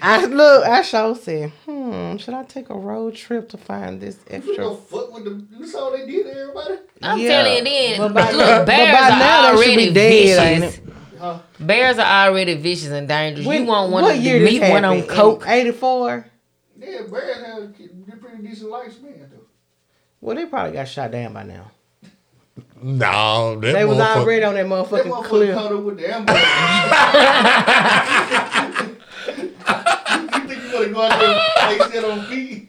S2: I look, I sure said, hmm, should I take a road trip to find this
S5: You
S2: extra?
S5: know, fuck with them. You saw what they did to everybody.
S4: I'm
S2: Yeah.
S4: telling you then.
S2: But by-
S4: look,
S2: but by
S4: bears
S2: now
S4: are
S2: they should
S4: already
S2: be dead,
S4: vicious.
S5: Huh?
S4: Bears are already vicious and dangerous. you want one
S2: what
S4: to
S2: year
S4: meet
S2: this
S4: one on
S2: happened? In
S4: coke?
S2: 84?
S5: Yeah, Brad had a pretty decent lifespan though.
S2: Well, they probably got shot down by now.
S3: No, that
S2: They was
S3: motherfucker-
S2: already on that
S5: That
S2: motherfucking
S5: motherfucker
S2: cliff.
S5: caught up with the ambulance. you think you gonna go out there and take that on me?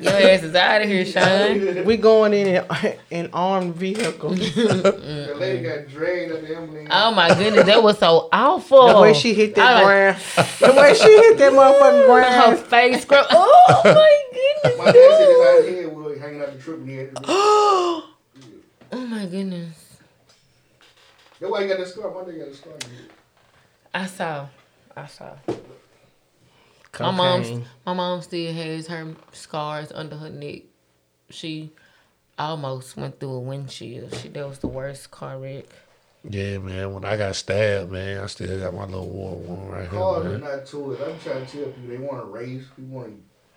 S4: Your ass is out of here, Sean.
S2: We going in an, an armed vehicle.
S5: The lady got dragged out the ambulance.
S4: Oh my goodness, that was so awful.
S2: The way she hit that
S4: I like- Oh,
S2: ground. the way she hit that motherfucking
S4: her
S2: ground.
S4: face grow. Oh my
S5: My
S4: goodness.
S5: dad said his head was hanging out the trip and he had to-
S4: Oh my goodness.
S5: That's why he got that scar. My dad got a scar.
S4: I saw. I saw. My
S2: Cocaine.
S4: mom's my mom still has her scars under her neck. She almost went through a windshield. She that was the worst car wreck.
S3: Yeah, man. When I got stabbed, man, I still got my little war wound right
S5: Cars
S3: here,
S5: are
S3: man.
S5: not to it. I'm trying to tell people they want to race. We want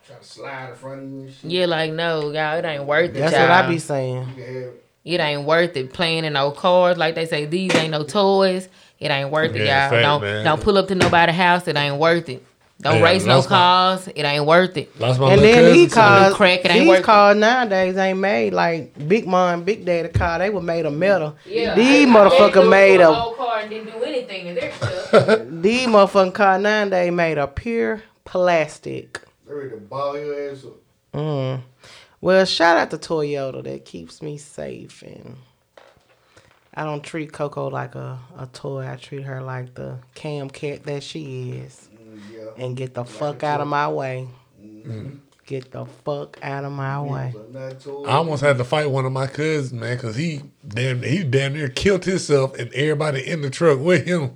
S5: to try to slide in front of you and shit.
S4: Yeah, like no, y'all, it ain't worth it.
S2: That's
S4: y'all.
S2: what I be saying.
S5: You can have
S4: It ain't worth it playing in no cars. Like they say, these ain't no toys. It ain't worth it,
S3: Yeah,
S4: y'all.
S3: fact,
S4: don't
S3: man.
S4: don't pull up to nobody's house. It ain't worth it. Don't
S3: Yeah,
S4: race no
S3: that's my-
S4: cars. It ain't worth it.
S3: Lost my
S2: And
S3: little
S2: then
S3: cousin.
S2: these cars,
S4: crack, it ain't
S2: these
S4: working.
S2: cars nowadays ain't made like Big Mom, Big Daddy car. They were made of metal.
S4: Yeah,
S2: these motherfucker made a
S4: car and didn't do anything to their stuff.
S2: these motherfucking car nowadays made of pure plastic.
S5: They ready to ball your ass up.
S2: Mm. Well, shout out to Toyota that keeps me safe and I don't treat Coco like a, a toy. I treat her like the cam cat that she is.
S5: Mm, Yeah.
S2: And get the fuck out of my way. Get the fuck out of my way.
S5: But not to it.
S3: I almost had to fight one of my cousins, man, because he damn he damn near killed himself and everybody in the truck with him.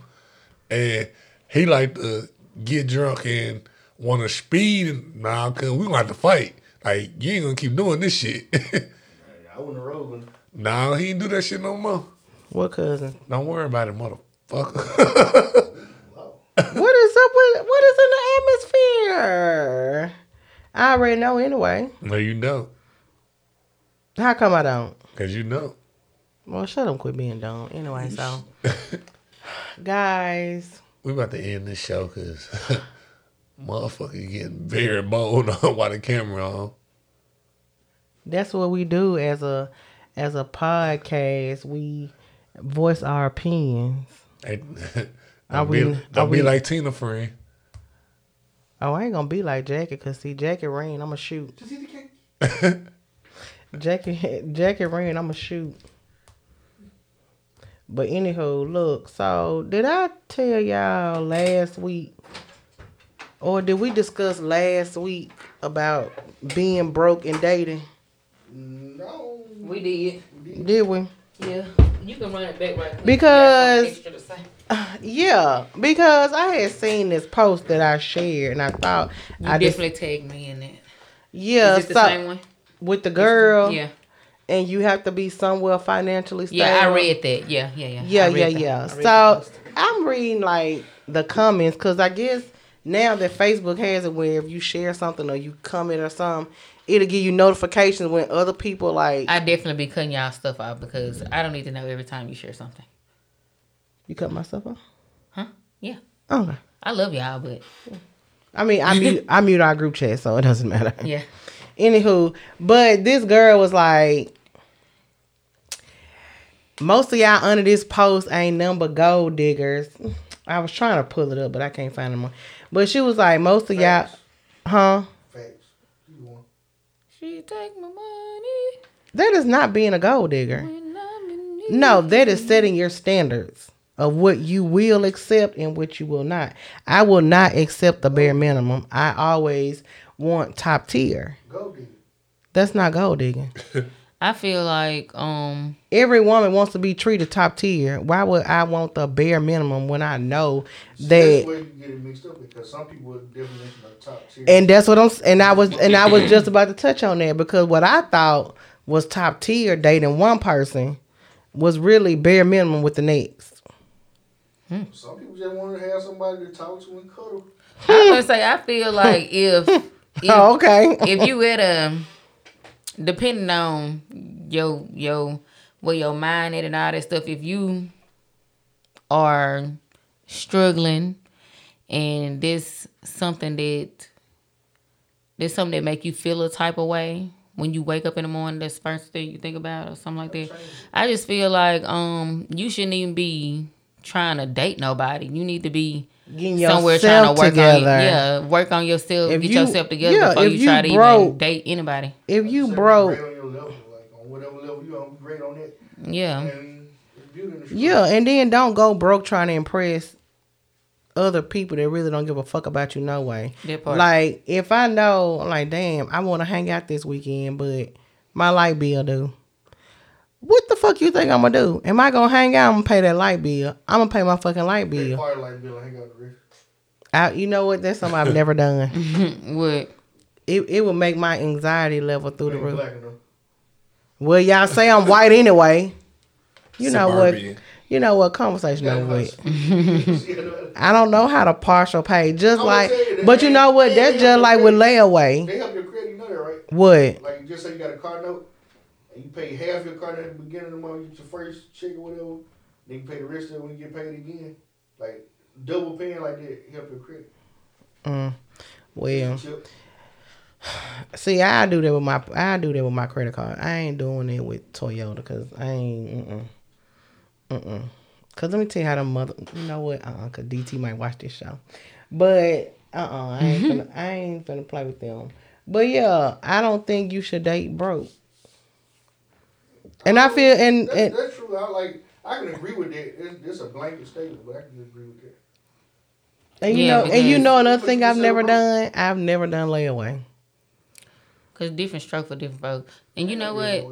S3: And he like to get drunk and want to speed. and Nah, cause we gonna have to fight. Like you ain't gonna keep doing this shit.
S5: I wouldn't have rode with him.
S3: nah, he ain't do that shit no more.
S2: What cousin?
S3: Don't worry about it, motherfucker.
S2: What is up with what is in the atmosphere? I already know anyway.
S3: no, you don't,
S2: How come I don't?
S3: cause you know.
S2: Well, shut up, quit being dumb. Anyway, so guys,
S3: We about to end this show because motherfucker getting very bold on while the camera on.
S2: that's what we do as a as a podcast. We voice our opinions.
S3: Hey,
S2: Are
S3: don't be,
S2: we-
S3: don't
S2: are
S3: be
S2: we-
S3: like Tina friend.
S2: Oh, I ain't gonna be like Jackie, cause see, Jackie Rain, I'ma shoot.
S5: Just eat the cake.
S2: Jackie, Jackie Rain, I'ma shoot. But anywho, look. So, did I tell y'all last week, or did we discuss last week about being broke and dating?
S5: No.
S4: we did.
S2: Did we?
S4: Yeah, you can run it back right quick.
S2: Because-
S4: That's something extra to say.
S2: Yeah, because I had seen this post that I shared, and I thought
S4: you
S2: I just
S4: definitely tagged me in that.
S2: yeah,
S4: Is it the
S2: so-
S4: same one?
S2: with the girl,
S4: Yeah,
S2: and you have to be somewhere financially stable.
S4: yeah, I read that. Yeah, yeah, yeah. I
S2: Yeah,
S4: read
S2: yeah,
S4: that. I
S2: yeah.
S4: read that.
S2: So I'm reading like the comments because I guess now that Facebook has it where if you share something or you comment or something, it'll give you notifications when other people like
S4: I definitely be cutting y'all stuff off because I don't need to know every time you share something.
S2: you cut myself off.
S4: Huh? Yeah.
S2: Okay.
S4: I love y'all, but
S2: I mean, I mute, I mute our group chat, so it doesn't matter.
S4: yeah.
S2: Anywho, but this girl was like, most of y'all under this post ain't nothing but gold diggers. I was trying to pull it up, but I can't find them. But she was like, most of y'all,
S5: Facts.
S2: huh?
S5: Facts. You the one.
S4: She take my money
S2: That is not being a gold digger.
S4: when I'm in need.
S2: No, that is setting your standards of what you will accept and what you will not. I will not accept the bare minimum. I always want top tier.
S5: Go get it.
S2: That's not gold digging.
S4: I feel like um
S2: Every woman wants to be treated top tier. Why would I want the bare minimum when I know
S5: That's
S2: that?
S5: where you get it mixed up because some people definition of top tier.
S2: And that's what I'm. s- And I was. And I was just about to touch on that because what I thought was top tier dating one person was really bare minimum with the next.
S5: some people just want to have somebody to talk to and cuddle.
S4: I was gonna say I feel like if if,
S2: Oh, okay.
S4: if you at a depending on your your where your mind at and all that stuff, if you are struggling and this something that there's something that make you feel a type of way when you wake up in the morning, that's the first thing you think about or something like that. I just feel like um you shouldn't even be trying to date nobody. You need to be
S2: Getting
S4: somewhere trying
S2: yourself
S4: to work on
S2: together.
S4: yeah, work on yourself,
S2: If
S4: get
S2: you-
S4: yourself together
S2: yeah,
S4: before
S2: if
S4: you, try
S2: you
S4: to even
S2: broke-
S4: date anybody.
S2: If you
S5: Except
S2: broke,
S5: Great on your level, like on whatever level you on, great on that.
S4: Yeah.
S5: And it's beauty in the struggle.
S2: yeah, and then don't go broke trying to impress other people that really don't give a fuck about you no way.
S4: That part.
S2: Like if I know, I'm like, damn, I want to hang out this weekend, but my light bill due. What the fuck you think I'm gonna do? Am I gonna hang out? I'm gonna pay that light bill. I'm gonna pay my fucking light
S5: That
S2: bill.
S5: Party like Bill, hang out the rich.
S2: I, you know what? That's something I've never done.
S4: What?
S2: It it would make my anxiety level through the
S5: Ain't
S2: roof.
S5: black enough.
S2: Well, y'all say I'm white anyway. You know
S3: Suburban.
S2: what? You know what? Conversation
S5: Got
S2: over
S5: about-
S2: with. I don't know how to partial pay. Just
S5: I'ma
S2: like,
S5: tell you that
S2: but you know what?
S5: they-
S2: That's
S5: they
S2: just
S5: have
S2: like
S5: to
S2: with
S5: pay.
S2: layaway.
S5: They help your credit, you know that, right?
S2: What?
S5: Like, just say you got a car note, and you pay half your car note at the beginning of the month, you get your first check or whatever, then you pay the rest of it when you get paid again. Like, double paying like that help your credit.
S2: Mm. Well,
S5: Chip.
S2: see, I do that with my I do that with my credit card. I ain't doing it with Toyota because I ain't. Mm-mm. Mm-mm. Cause let me tell you how the mother. You know what? Uh. uh Cause DT might watch this show, but uh. uh I ain't. finna, I ain't finna play with them. But yeah, I don't think you should date broke. And I feel and,
S5: That's,
S2: and
S5: that's true. I like. I can agree with that. It's, it's a blanket statement, but I can agree with that.
S2: And you
S4: Yeah,
S2: know, and you
S4: because-
S2: know another thing
S5: But you
S2: I've
S5: said
S2: never
S5: broke.
S2: done. I've never done layaway.
S4: Cause different stroke for different folks. And you know what?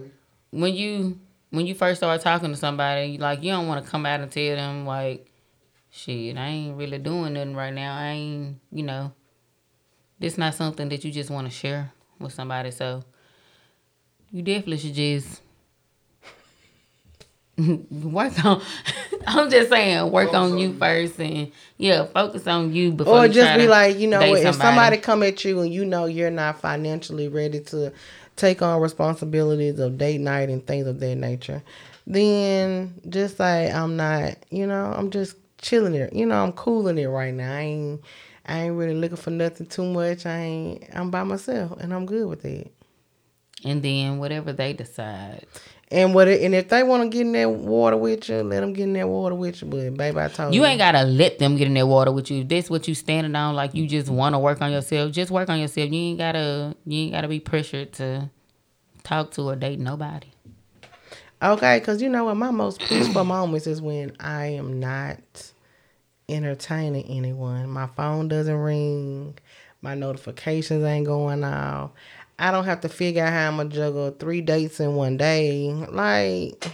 S4: When you when you first start talking to somebody, you like you don't want to come out and tell them like, shit, I ain't really doing nothing right now. I ain't, you know, this not something that you just want to share with somebody. So you definitely should just work on. I'm just saying, work
S5: Focus
S4: on
S5: on
S4: you
S5: you.
S4: first, and yeah, focus on you before.
S2: Or
S4: you
S2: just
S4: try
S2: be
S4: to
S2: like, you know,
S4: date
S2: what, if somebody come at you and you know you're not financially ready to take on responsibilities of date night and things of that nature, then just say I'm not. You know, I'm just chilling it. You know, I'm cooling it right now. I ain't. I ain't really looking for nothing too much. I ain't. I'm by myself and I'm good with it.
S4: and then whatever they decide.
S2: And what? It, and if they want to get in that water with you, let them get in that water with you. But baby, I told you,
S4: You ain't gotta let them get in that water with you. If that's what you standing on, like you just wanna work on yourself, just work on yourself. You ain't gotta you ain't gotta be pressured to talk to or date nobody.
S2: Okay, because you know what? My most peaceful moments is when I am not entertaining anyone. My phone doesn't ring. My notifications ain't going off. I don't have to figure out how I'm going to juggle three dates in one day. Like,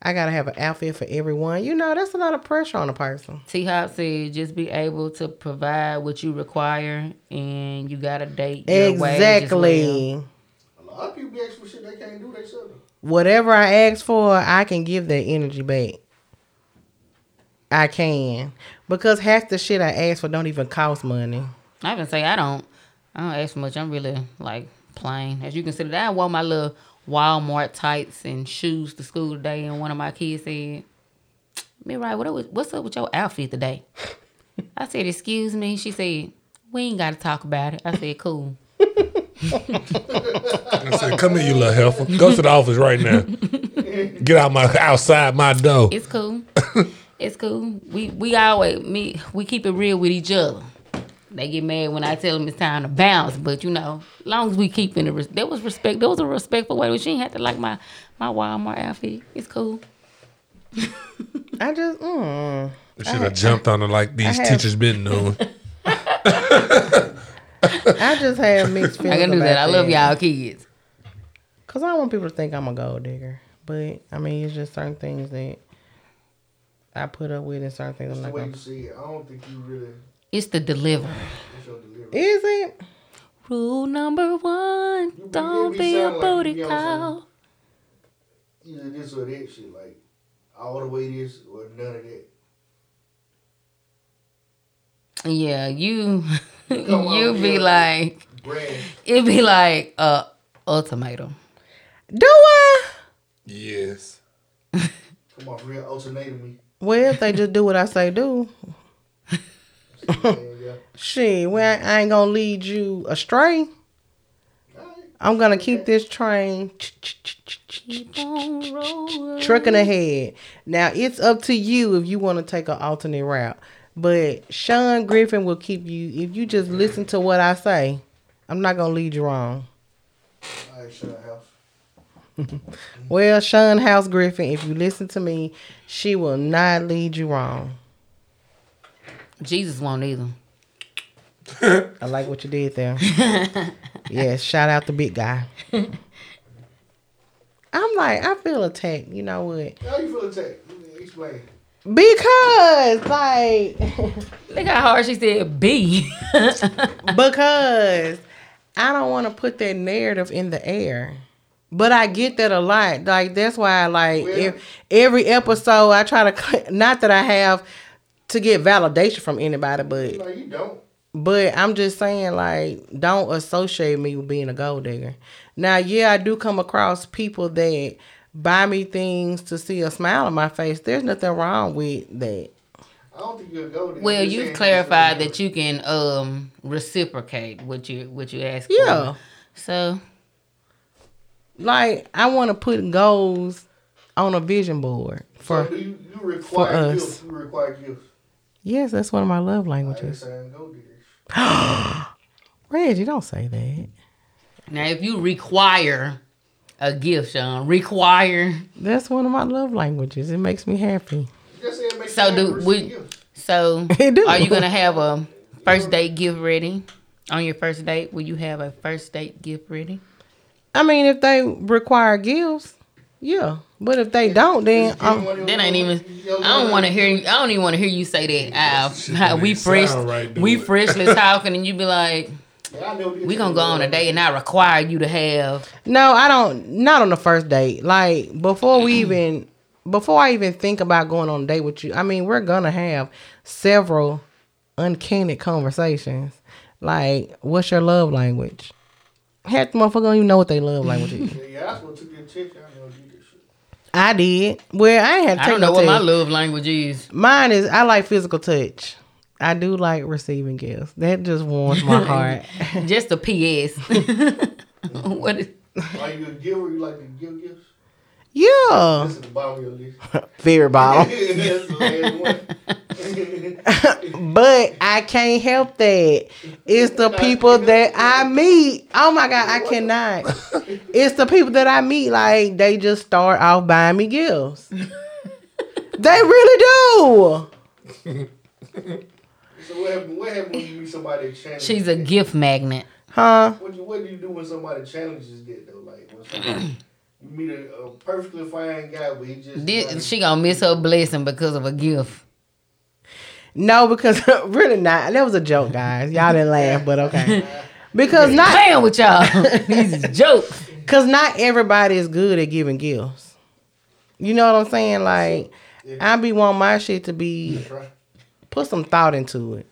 S2: I got to have an outfit for everyone. You know, that's a lot of pressure on a person.
S4: T Hop said just be able to provide what you require and you gotta date your
S2: exactly.
S4: Way
S5: A lot of people be asking for shit they can't do themselves.
S2: Whatever I ask for, I can give that energy back. I can. Because half the shit I ask for don't even cost money.
S4: I even say I don't I don't ask much. I'm really like plain. As you can see that I wore my little Walmart tights and shoes to school today and one of my kids said, Me right, what was, what's up with your outfit today? I said, Excuse me. She said, We ain't gotta talk about it. I said, Cool.
S3: I said, come here, you little helper. Go to the office right now. Get out my outside my door.
S4: It's cool. it's cool. We we always me we keep it real with each other. They get mad when I tell them it's time to bounce, but you know, long as we keep in the res- there was respect. There was a respectful way. She ain't had to like my my Walmart outfit. It's cool.
S2: I just, mm.
S3: Should have jumped on her like these
S2: have-
S3: teachers been doing.
S2: I just have mixed feelings.
S4: I can do
S2: about
S4: that. I love y'all kids.
S2: Cause I don't want people to think I'm a gold digger. But I mean, it's just certain things that I put up with, and certain things I'm
S5: The
S2: not
S5: way
S2: gonna.
S5: you see it, I don't think you really.
S4: It's the deliver.
S5: It's your delivery.
S2: Is it?
S4: Rule number one:
S5: be-
S4: Don't
S5: you
S4: be a
S5: sound like
S4: booty
S5: Beyonce.
S4: call.
S5: Either this or that shit. Like, all the way this or none of that.
S4: Yeah, you
S5: Come on,
S4: you be
S5: Beyonce.
S4: like
S5: Brand.
S4: it be like a ultimatum.
S2: Do I?
S3: Yes.
S5: Come on, real alternating me.
S2: Well, if they just do what I say, do.
S5: Yeah, yeah.
S2: Shit, well, I ain't gonna lead you astray.
S5: All right.
S2: I'm gonna keep this train trucking ahead. Now it's up to you if you want to take an alternate route. But Sean Griffin will keep you if you just listen to what I say. I'm not gonna lead you wrong.
S5: All right, shut up, house.
S2: Well, Sean House Griffin, if you listen to me, she will not lead you wrong.
S4: Jesus won't either.
S2: I like what you did there. yes, shout out the big guy. I'm like, I feel attacked. You know what?
S5: How you feel attacked? Mm, Explain.
S2: Because, like,
S4: Look how hard she said B.
S2: because I don't want to put that narrative in the air. But I get that a lot. Like that's why, like
S5: Well-
S2: ev- every episode, I try to cl- not that I have to get validation from anybody, but
S5: No, you don't.
S2: but I'm just saying, like, don't associate me with being a gold digger. Now, yeah, I do come across people that buy me things to see a smile on my face. There's nothing wrong with that.
S5: I don't think you'll go there.
S4: well,
S5: You're saying
S4: you've
S5: you
S4: clarified
S5: still
S4: that you can um reciprocate what you what you ask. for.
S2: Yeah.
S4: So
S2: Like, I want to put goals on a vision board
S5: So
S2: for.
S5: do you, you require
S2: us.
S5: gifts. You require gifts.
S2: Yes, that's one of my love
S5: I ain't
S2: languages.
S5: saying go there.
S2: Reggie, don't say that.
S4: now, if you require a gift, Sean, require.
S2: That's one of my love languages. It makes me happy.
S5: You just said make
S4: So
S5: sure you
S4: do
S5: receive
S4: we?
S5: gifts.
S4: So
S2: It do.
S4: are you gonna have a first date gift ready? On your first date, will you have a first date gift ready?
S2: I mean, if they require gifts, yeah. But if they don't, then um, I'm,
S5: Anyone who
S4: That ain't
S5: wants-
S4: even.
S5: your
S4: I don't
S5: love-
S4: want to hear. you- I don't even want to hear you say that. Ah, how we
S3: Shit sound
S4: fresh.
S3: right,
S4: we
S3: do it.
S4: freshly talking, and you be like,
S5: Yeah, I know this
S4: "We
S5: is
S4: gonna go on a
S5: love.
S4: date, and I require you to have."
S2: No, I don't. Not on the first date. Like before we even, before I even think about going on a date with you. I mean, we're gonna have several uncandid conversations. Like, what's your love language? Half the motherfucker don't even know what they love language is.
S5: Yeah, yeah, I supposed to get attention. I know you this shit.
S2: I did. Well, I ain't had to
S4: I
S2: take
S4: don't
S2: no
S4: know what my
S2: test.
S4: love language is.
S2: Mine is I like physical touch. I do like receiving gifts. That just warms my heart.
S4: Just a P.S. what? Is,
S5: Are you a giver? You like to give gifts?
S2: yeah.
S5: This is the bottom of your list.
S2: Fear bottle.
S5: That's the last one.
S2: But I can't help that. It's the people that I meet. Oh my God, I cannot. It's the people that I meet. Like they just start off buying me gifts. They really do.
S5: so what happened? What happened when you meet somebody that challenges?
S4: she's a gift magnet.
S2: Huh?
S5: What do, what do you do when somebody challenges that though? Like when somebody, you meet a, a perfectly fine guy, but he just like,
S4: This, she gonna miss her blessing because of a gift.
S2: No, because really not. That was a joke, guys. Y'all didn't laugh, but okay. Because not
S4: Playing with y'all. These is jokes.
S2: Cause not everybody is good at giving gifts. You know what I'm saying? Like I be want my shit to be
S5: try.
S2: put some thought into it.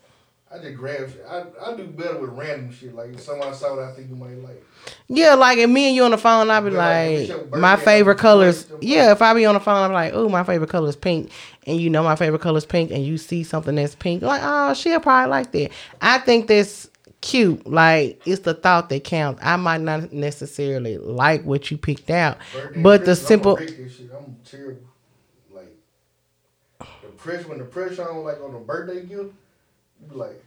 S5: I just grab shit. I, I do better with random shit. Like if someone saw that I think you might like.
S2: Yeah, like if me and you on the phone, I be
S5: Yeah, like, if it's your
S2: like,
S5: birthday,
S2: my
S5: I'll be
S2: favorite colors.
S5: collecting
S2: Yeah, if I be on the phone, I be like, oh, my favorite color is pink, and you know my favorite color is pink, and you see something that's pink, like, oh, she'll probably like that. I think that's cute. Like it's the thought that counts. I might not necessarily like what you picked out,
S5: Birthday
S2: but the
S5: Christmas,
S2: simple.
S5: I'm, gonna break this shit. I'm terrible. Like the pressure when the pressure on like on a birthday gift, you be like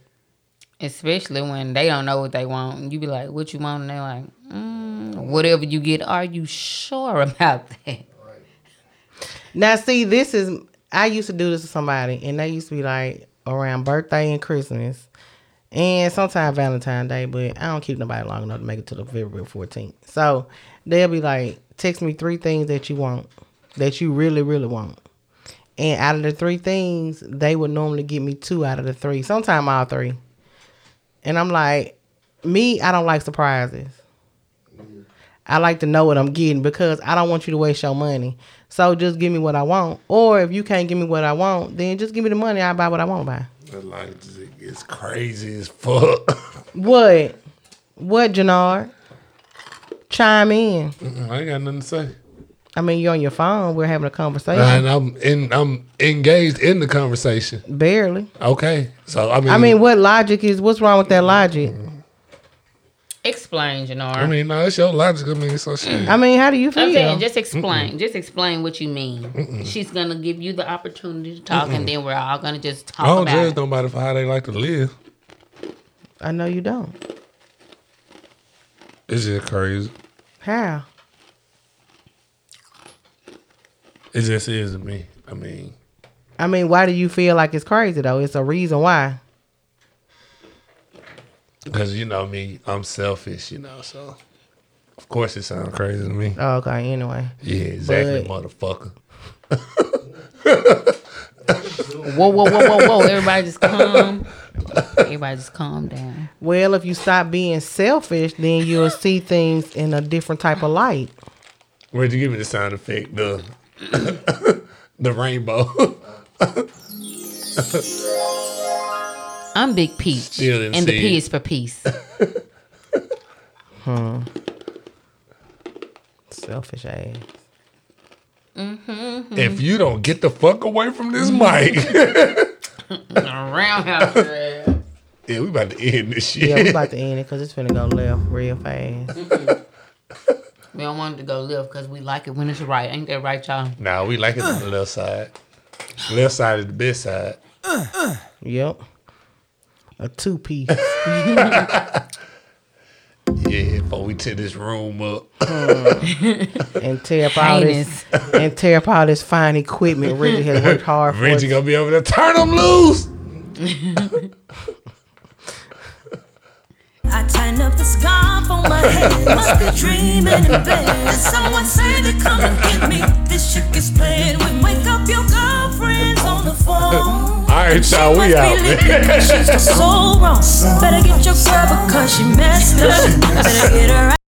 S4: Especially when they don't know what they want. And you be like, what you want? And they're like, mm, whatever you get, are you sure about that?
S5: right.
S2: Now, see, this is I used to do this to somebody, and they used to be like around birthday and Christmas, and sometimes Valentine's Day. But I don't keep nobody long enough to make it to the February fourteenth. So they'll be like, "Text me three things that you want, that you really, really want." And out of the three things, they would normally give me two out of the three, sometimes all three. And I'm like, me, I don't like surprises. I like to know what I'm getting because I don't want you to waste your money. So just give me what I want. Or if you can't give me what I want, then just give me the money. I'll buy what I want to buy.
S3: That line is crazy as fuck.
S2: What? What, Janard? Chime in.
S3: I ain't got nothing to say.
S2: I mean, you're on your phone. We're having a conversation.
S3: And I'm in. I'm engaged in the conversation.
S2: Barely.
S3: Okay, so I mean,
S2: I mean, what logic is, what's wrong with that logic?
S4: Explain, Jannar.
S3: I mean, no, it's your logic. I mean, so shit.
S2: I mean, how do you
S4: I'm saying
S2: feel?
S4: just explain. Just explain what you mean. She's gonna give you the opportunity to talk, and then we're all gonna just talk
S3: I don't
S4: about
S3: judge
S4: it.
S3: nobody for how they like to live.
S2: I know you don't.
S3: It's just crazy.
S2: How?
S3: It just is to me. I mean,
S2: I mean, why do you feel like it's crazy though? It's a reason why.
S3: because you know me, I'm selfish. You know, so of course it sounds crazy to me.
S2: Oh, okay. Anyway,
S3: Yeah, exactly,
S2: But-
S3: motherfucker.
S4: Whoa, whoa, whoa, whoa, whoa! Everybody just calm. Everybody just calm down.
S2: well, if you stop being selfish, then you'll see things in a different type of light.
S3: Where'd you give me the sound effect? The the rainbow.
S4: I'm Big Peach,
S3: Still didn't
S4: and the
S3: see
S4: P
S3: it.
S4: is for peace.
S2: Selfish ass.
S3: if you don't get the fuck away from this
S2: Mm.
S3: mic,
S4: Roundhouse grab.
S3: yeah, we about to end this shit.
S2: Yeah, we about to end it because it's finna go left real fast.
S4: We don't want it to go left because we like it when it's right. Ain't that right, y'all?
S3: nah, we like it on the left side. Left side is the best side.
S2: Yep. A two piece.
S3: Yeah, before we tear this room up.
S2: and tear up all this and tear up all this fine equipment Reggie has worked hard for.
S3: Reggie gonna be over there. Turn them loose.
S7: I tighten up the scarf on my head. Must be dreaming in bed. Someone say they come and get me. This chick is playing with. Wake up your girlfriends on the phone.
S3: All right, y'all, we out, man.
S7: She's so wrong. Better get your girl because she messed up. Better get her